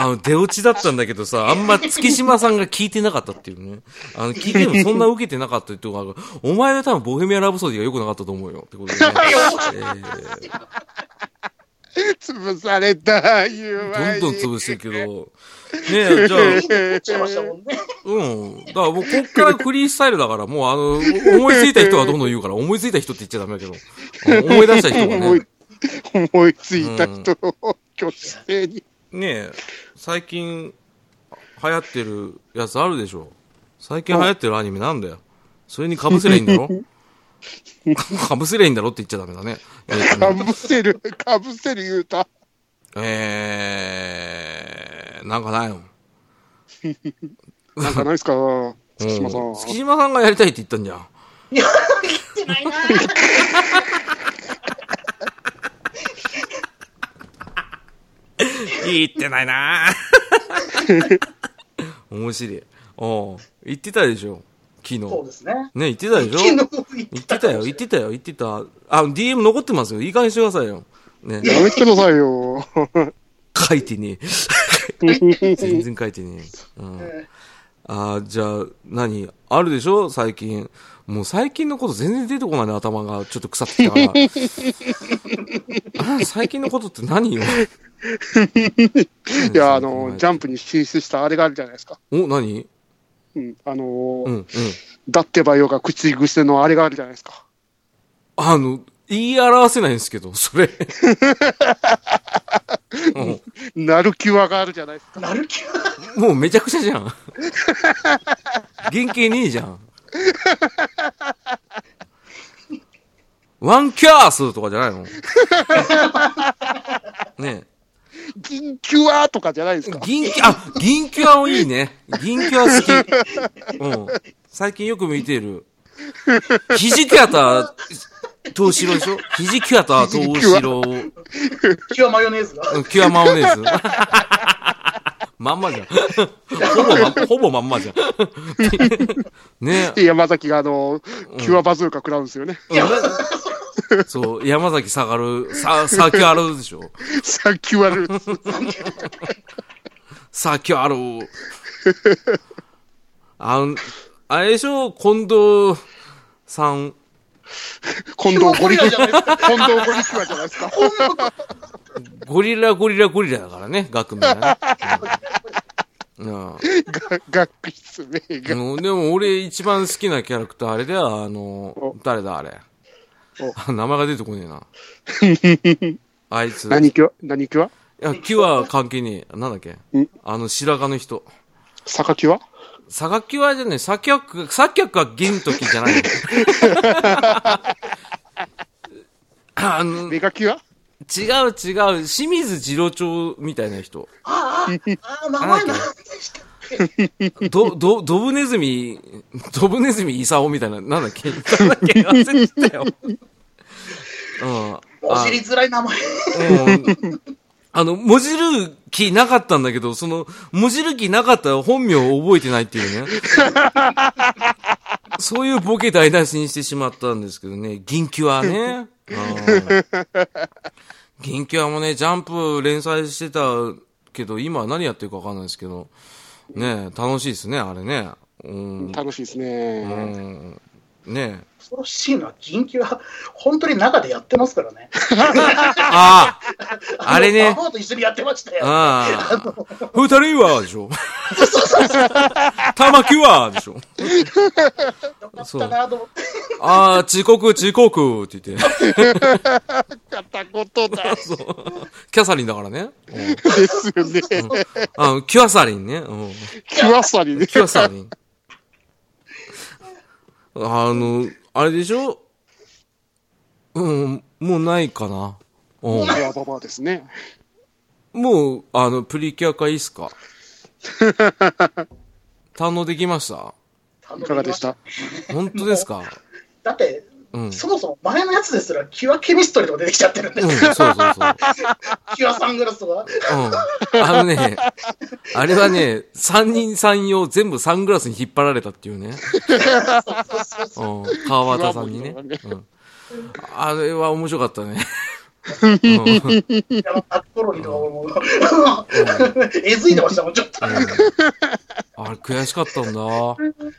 Speaker 2: の、出落ちだったんだけどさ、あんま月島さんが聞いてなかったっていうね。あの、聞いてもそんな受けてなかったっていうのが、お前は多分ボヘミアンラブソディが良くなかったと思うよ。ってことでね。えー
Speaker 1: 潰された、言う前に。
Speaker 2: どんどん潰してるけど。ねえ、じゃあ、
Speaker 3: 落ちちゃいましたもんね。
Speaker 2: うん。だからもうこっからフリースタイルだから、もうあの、思いついた人はどんどん言うから、思いついた人って言っちゃダメだけど、うん思い出した人が
Speaker 1: 思
Speaker 2: ね
Speaker 1: い。、思いついた人を挙手に。
Speaker 2: ねえ、最近流行ってるやつあるでしょ。最近流行ってるアニメなんだよ。それに被せりゃいいんだろ被せりゃいいんだろって言っちゃダメだね。
Speaker 1: かぶせる、かぶせる言うた。
Speaker 2: えー、なんかないの。
Speaker 1: なんかないですか
Speaker 2: うん
Speaker 1: 月島さん。
Speaker 2: 月島さんがやりたいって言ったんじゃん。
Speaker 3: いや、聞いてないな。
Speaker 2: 言ってないな面白い。おう言ってたでしょ昨日。
Speaker 3: そうですね。
Speaker 2: ね、言ってたでしょ
Speaker 3: 昨日言
Speaker 2: 言ってたよ、言ってたよ、言ってた。あ、DM 残ってますよ。いい加減にしてくださいよ。ね、
Speaker 1: やめてくださいよ。
Speaker 2: [laughs] 書いてねえ。全然書いてねえ。うん。
Speaker 3: え
Speaker 2: あーじゃあ、何あるでしょ最近。もう最近のこと全然出てこないね、頭が。ちょっと腐ってきたから。 [laughs] あー最近のことって何よ。
Speaker 1: いや、あの、ジャンプに進出したあれがあるじゃないですか。
Speaker 2: お、何
Speaker 1: うん。あの
Speaker 2: うん、うん。
Speaker 1: だってばよが口癖のあれがあるじゃないですか。
Speaker 2: あの、言い表せないんですけど、それ。うん
Speaker 1: なるきわがあるじゃないですか。
Speaker 3: ーなる気は
Speaker 2: もうめちゃくちゃじゃん。原型ねえじゃん。ワンキャースとかじゃ [laughs] ないのね
Speaker 1: 銀キュアとかじゃないです
Speaker 2: え
Speaker 1: か。。
Speaker 2: 銀キャ、あ、銀キャもいいね。銀キャ好き。うん。最近よく見てる。ひじきやた、東四郎でしょひじきやた、東四郎。
Speaker 3: キュアマヨネーズが。
Speaker 2: うんキュアマヨネーズ。まんまじゃん。ほぼまん、ほぼまんまじゃん。ね
Speaker 1: で [laughs] 山崎があの、キュアバズーカ食らうんですよね。 [laughs]
Speaker 2: そう、山崎下がる、さ、さきあるでしょ。
Speaker 1: さっき言われる。
Speaker 2: さきある。あん、あれでしょ、近藤さん。
Speaker 1: 今度ゴリキュア。今度ゴリキュアじゃないですか。
Speaker 2: ゴリラ、ゴリラ、ゴリラだからね、学
Speaker 1: [laughs]
Speaker 2: 名がね。うんう
Speaker 1: が
Speaker 2: ん
Speaker 1: 学室名
Speaker 2: あ
Speaker 1: が。
Speaker 2: のでも俺一番好きなキャラクターあれだよ、あの、誰だあれ。あ [laughs] 名前が出てこねえな。
Speaker 1: [laughs]
Speaker 2: あいつ。い
Speaker 1: 何キュア何キュア
Speaker 2: や、キュア関係ねえ。なんだっけ
Speaker 1: ん
Speaker 2: あの、白髪の人。
Speaker 1: サカキュア
Speaker 2: サガキュアじゃねえ、サキャク、サキャクは元時じ
Speaker 1: [laughs]
Speaker 2: ゃないの。あの、
Speaker 1: メガキュア
Speaker 2: 違う違う、清水次郎長みたいな人。
Speaker 3: あーあー、あー名前なんでしたっけ
Speaker 2: [laughs] ど、ど、ドブネズミ、ドブネズミイサオみたいな、なんだっけ [laughs] なんだっけ忘れてたよ。うん。
Speaker 3: お知りづらい名前。
Speaker 2: うんあの、もじる気なかったんだけど、その、もじる気なかった本名を覚えてないっていうね。そういうボケ台無しにしてしまったんですけどね。銀キュアね。うん銀キュアもね、ジャンプ連載してたけど、今何やってるかわかんないですけど、ねえ楽しいですね、あれね。うん。
Speaker 1: 楽しいです
Speaker 2: う
Speaker 1: ね。
Speaker 2: んねえ。
Speaker 3: 恐ろしいのは、緊急は、本当に中でやってますからね。
Speaker 2: あああれね
Speaker 3: アホと一緒にやってましたよ。
Speaker 2: ああ。二人はでしょ玉木はでしょ
Speaker 3: よかったなと思って。
Speaker 2: ああ、遅刻、遅刻って言って。
Speaker 1: 片言だ。
Speaker 2: そう。キャサリンだからね。うん
Speaker 1: ですよね。
Speaker 2: あのキュアサリンね。うん
Speaker 1: キュアサリね。
Speaker 2: キュアサリン。あの、あれでしょうん、もうないかな。う
Speaker 1: キュアババアですね。
Speaker 2: ん、もう、あの、プリキュア化いいっすか堪能できました
Speaker 1: いかがでした
Speaker 2: 本当ですか
Speaker 3: だって、
Speaker 2: うん。
Speaker 3: そもそも前のやつですら、キュアケミストリーとか出てきちゃってるんで
Speaker 2: うん、、そうそうそう。
Speaker 3: キュアサングラスとか。
Speaker 2: うん。あのね、あれはね、三人三様全部サングラスに引っ張られたっていうね。
Speaker 3: そうそうそう
Speaker 2: うん。川端さんにね
Speaker 1: うわもう。
Speaker 2: うん。あれは面白かったね。うん
Speaker 3: いやあのコロニーとか俺も、えずいてましたもん、ちょっと。
Speaker 2: あれ悔しかったんだ。い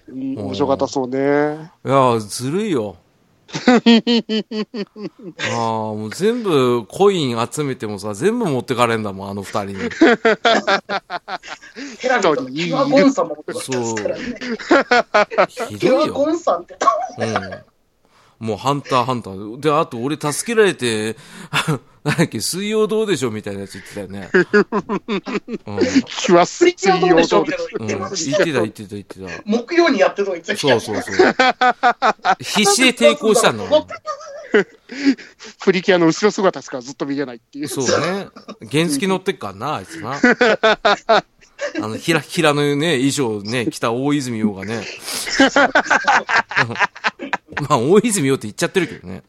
Speaker 1: うん面白かったそうね。
Speaker 2: や、ずるいよ。ああ、もう全部コイン集めてもさ、全部持ってかれんだもん、あの二人に。
Speaker 3: テラビとか、キュアゴンさんも持ってました
Speaker 2: そう
Speaker 3: からね。。
Speaker 2: ひ
Speaker 3: キュ
Speaker 2: ど
Speaker 3: ア
Speaker 2: いよ。
Speaker 3: ゴンさんって、
Speaker 2: うん。もうハンターハンター。で、あと俺助けられて、 [laughs] なんだっけ、水曜どうでしょうみたいなやつ言ってたよね。うん。うん
Speaker 1: キュア
Speaker 3: プ
Speaker 1: 水
Speaker 3: リキュアどう
Speaker 1: 曜
Speaker 3: でしょ
Speaker 1: ど
Speaker 3: う
Speaker 1: う
Speaker 3: み
Speaker 1: でし
Speaker 2: 言
Speaker 3: たいなの言って
Speaker 2: っ
Speaker 3: ま
Speaker 2: て
Speaker 3: した
Speaker 2: た言
Speaker 3: よ
Speaker 2: っ。てた言ってた。
Speaker 3: 木曜にやってるの言ってた
Speaker 2: そうそうそう。必死で抵抗したんだもん。
Speaker 1: プリキュアの後ろ姿しかずっと見れないっていう。
Speaker 2: そうね。原付乗ってっからな、あいつな。あの、ひら、ひらのね、衣装ね、着た大泉洋がね。 [laughs] まあ、大泉洋って言っちゃってるけどね。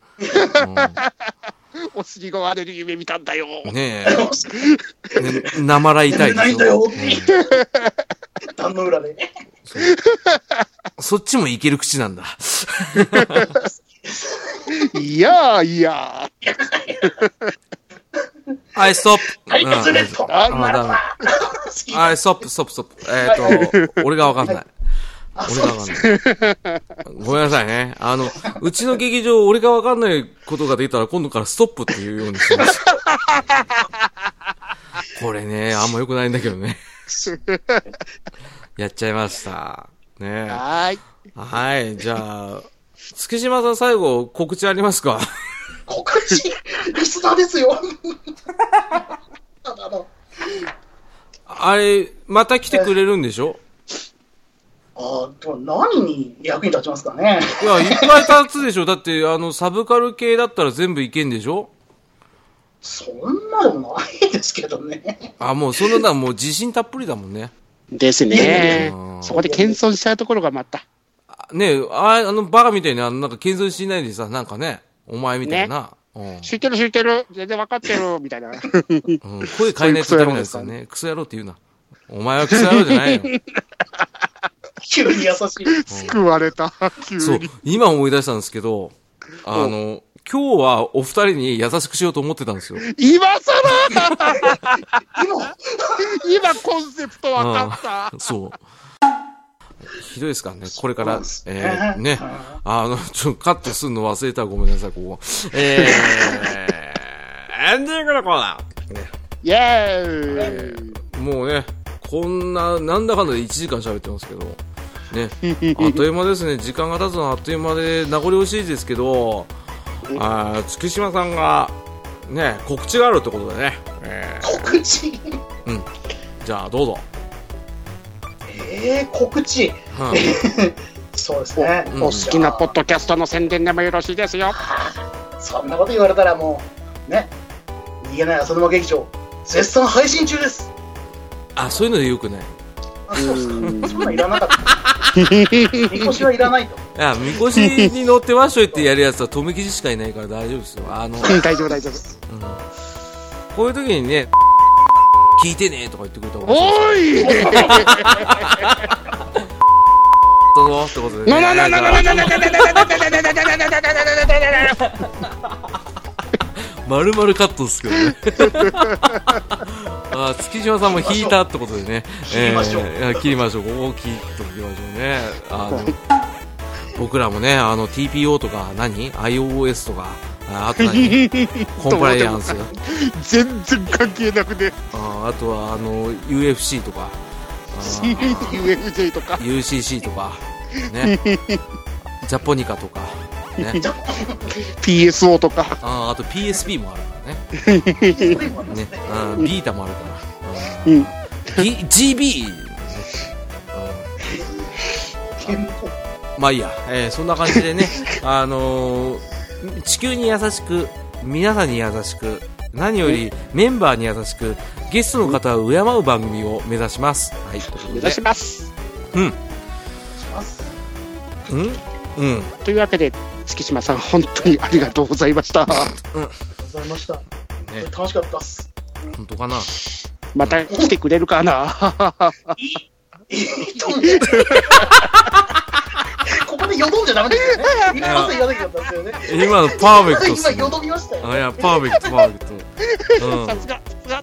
Speaker 1: お尻が割れる夢見たんだよ。
Speaker 2: ねえ、ね生らいたい
Speaker 3: ない
Speaker 2: で
Speaker 3: ん
Speaker 2: し
Speaker 3: だよ
Speaker 2: ょ
Speaker 3: っ。て言って。壇の裏で。
Speaker 2: そっちもいける口なんだ。
Speaker 1: いやーいや
Speaker 2: はい、ストップ。
Speaker 3: はい、ガスレ
Speaker 2: う
Speaker 3: ッド。
Speaker 1: あ
Speaker 2: ん、あ、ダメ。
Speaker 3: 好き。
Speaker 2: はい、ストップ、ストップ、ストップ。えーっと、俺がわかんない。俺がわかんない。ごめんなさいね。あの、うちの劇場、俺がわかんないことが出たら、今度からストップっていうようにしました。これね、あんま良くないんだけどね。やっちゃいました。ね
Speaker 1: ー。はーい。
Speaker 2: はい、じゃあ、月島さん最後、告知ありますか
Speaker 3: 告知、リスナーですよ。 [laughs] あのあの
Speaker 2: あれ、また来てくれるんでしょ
Speaker 3: あーでも何に役に立ちますかね。
Speaker 2: いや、いっぱい立つでしょだって、あの、サブカル系だったら全部いけんでしょ
Speaker 3: そんなのないですけどね。
Speaker 2: あ、もうそんなのはもう自信たっぷりだもんね。
Speaker 1: ですね
Speaker 2: うん。
Speaker 1: そこで謙遜しちゃうところがまた。
Speaker 2: あねえ、ああのバカみたいな、あのなんか謙遜しないでさ、なんかね、お前みたいな。
Speaker 1: 知ってる知ってる。全然分かってる。みたいな。
Speaker 2: うんうん、声変えないとダメなんですよね。クソ野郎って言うな。お前はクソ野郎じゃ [laughs] ないよ。
Speaker 3: 急に優しい。
Speaker 1: [laughs] 救われた。急
Speaker 2: そう
Speaker 1: に。、
Speaker 2: 今思い出したんですけど、あの、今日はお二人に優しくしようと思ってたんですよ。
Speaker 1: 今さら
Speaker 3: 今、
Speaker 1: 今コンセプト分かった。
Speaker 2: そう。ひどいですからね、これから
Speaker 3: そうです、ね
Speaker 2: えー、ね、 [laughs] あの、ちょ、カットするの忘れたらごめんなさい、ここ。え [laughs] ー、エンディングのコーナー
Speaker 1: イェーイ
Speaker 2: もうね、こんな、なんだかんだで1時間喋ってますけ [laughs] ど、ね、あっという間ですね、時間が経つのはあっという間で、名残惜しいですけど、あー月島さんが、ね、告知があるってことでね、え
Speaker 3: 告知。
Speaker 2: ーじゃあどうぞ。
Speaker 3: えー、告知。
Speaker 2: [laughs] うん
Speaker 3: そうですね。
Speaker 1: お好きなポッ [laughs] ドキャストの宣伝でもよろしいですよ。
Speaker 3: そんなこと言われたらもう、ね、逃げない浅沼劇場、絶賛配信中です。
Speaker 2: あ、そういうのでよくない。
Speaker 3: あ、そうですか。そんなんいらなかった。みこしはいらないと。
Speaker 2: あ、みこしに乗ってワッショイってやるやつは、とめきじしかいないから大丈夫ですよ。あの、
Speaker 1: 大丈夫、大丈夫。
Speaker 2: こういう時にね、聞いてねとか言ってくれた方がいい
Speaker 1: おい
Speaker 2: どうぞってことで、
Speaker 1: ななななななななな
Speaker 2: まるまるカットですけどね。 [laughs] あ月島さんも引いたってことでね。
Speaker 3: 切りましょう
Speaker 2: えーいや切りましょう。ここを切っときましょうね。あの僕らもね、あの TPO とか何 ?iOS とか、ああ
Speaker 1: [laughs]
Speaker 2: と何コンプライアンス。
Speaker 1: 全然関係なくて、
Speaker 2: ああとはあの UFC とか、あー
Speaker 1: UFJ とか。
Speaker 2: UCC とか、ね、ジャポニカとか、ね、
Speaker 1: PSO とか、
Speaker 2: あーあと PSP もあるからね。
Speaker 3: そういうもんなんで
Speaker 2: ね
Speaker 3: す、ね。
Speaker 2: あービータもあるから。
Speaker 1: うん、
Speaker 2: G、GB! ね
Speaker 3: 健康
Speaker 2: うんまあいいや、えーそんな感じでね、あのー地球に優しく、皆さんに優しく、何よりメンバーに優しく、ゲストの方を敬う番組を目指します。はい、ということ
Speaker 1: 目
Speaker 2: で
Speaker 1: 指します。
Speaker 2: うん、
Speaker 3: します。
Speaker 2: うん、うん。
Speaker 1: というわけで、月島さん、本当にありがとうございました。
Speaker 3: ありがとうございました。楽しかったっす。
Speaker 2: 本当かな
Speaker 1: また来てくれるかな [laughs]
Speaker 3: いいと思う。ここでよどんじゃダメですよね。今こそ言わなきゃよかったですよね。
Speaker 2: 今のパーフェクトっす
Speaker 3: 今
Speaker 2: ね
Speaker 3: よ。どみましたよ
Speaker 2: あ
Speaker 3: ね。
Speaker 2: いや、パーフェクト、パーフェクト。うん
Speaker 1: さすが、さ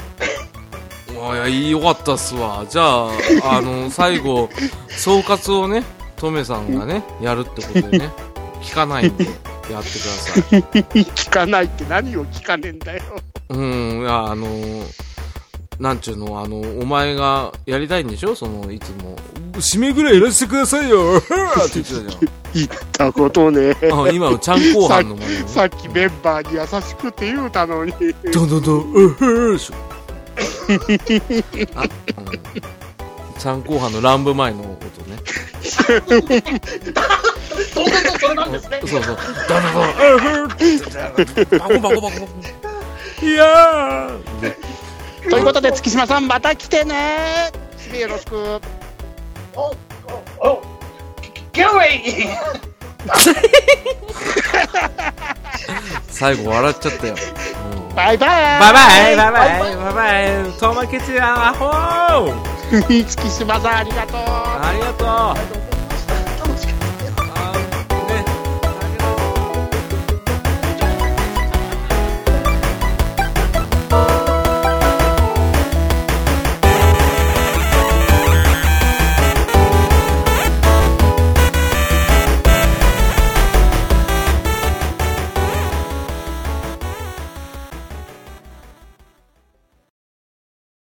Speaker 1: すが。
Speaker 2: あいやいいよかったっすわじゃああの最後総括をねトメさんがねやるってことでね聞かないんでやってください
Speaker 1: 聞かないって何を聞かねえんだよ。
Speaker 2: うんいやあのなんちゅうのあのお前がやりたいんでしょそのいつも締めぐらいやらせてくださいよ [laughs] って言ってたじ
Speaker 1: 言ったことね。
Speaker 2: ゃんあ今のちゃん後半のものね
Speaker 1: さっきメンバーに優しくって言うたのに。
Speaker 2: どんどんどんうっふーでしょあ、うん、ちゃん後半の乱舞前のことね
Speaker 3: どうぞそれなんですね。
Speaker 2: そうそう。ダメだ。バコバコバコ。いやー。
Speaker 1: ということで、月島さん、また来てね。締めよろしく。
Speaker 3: おおお Get away!
Speaker 2: [laughs] 最後笑っちゃったよ。
Speaker 1: バイバイ。
Speaker 2: バイバイバイバイバイバイ。トマケチアホ
Speaker 1: [laughs]
Speaker 2: ー。
Speaker 1: 月島さん、ありがとう。
Speaker 2: ありがとう。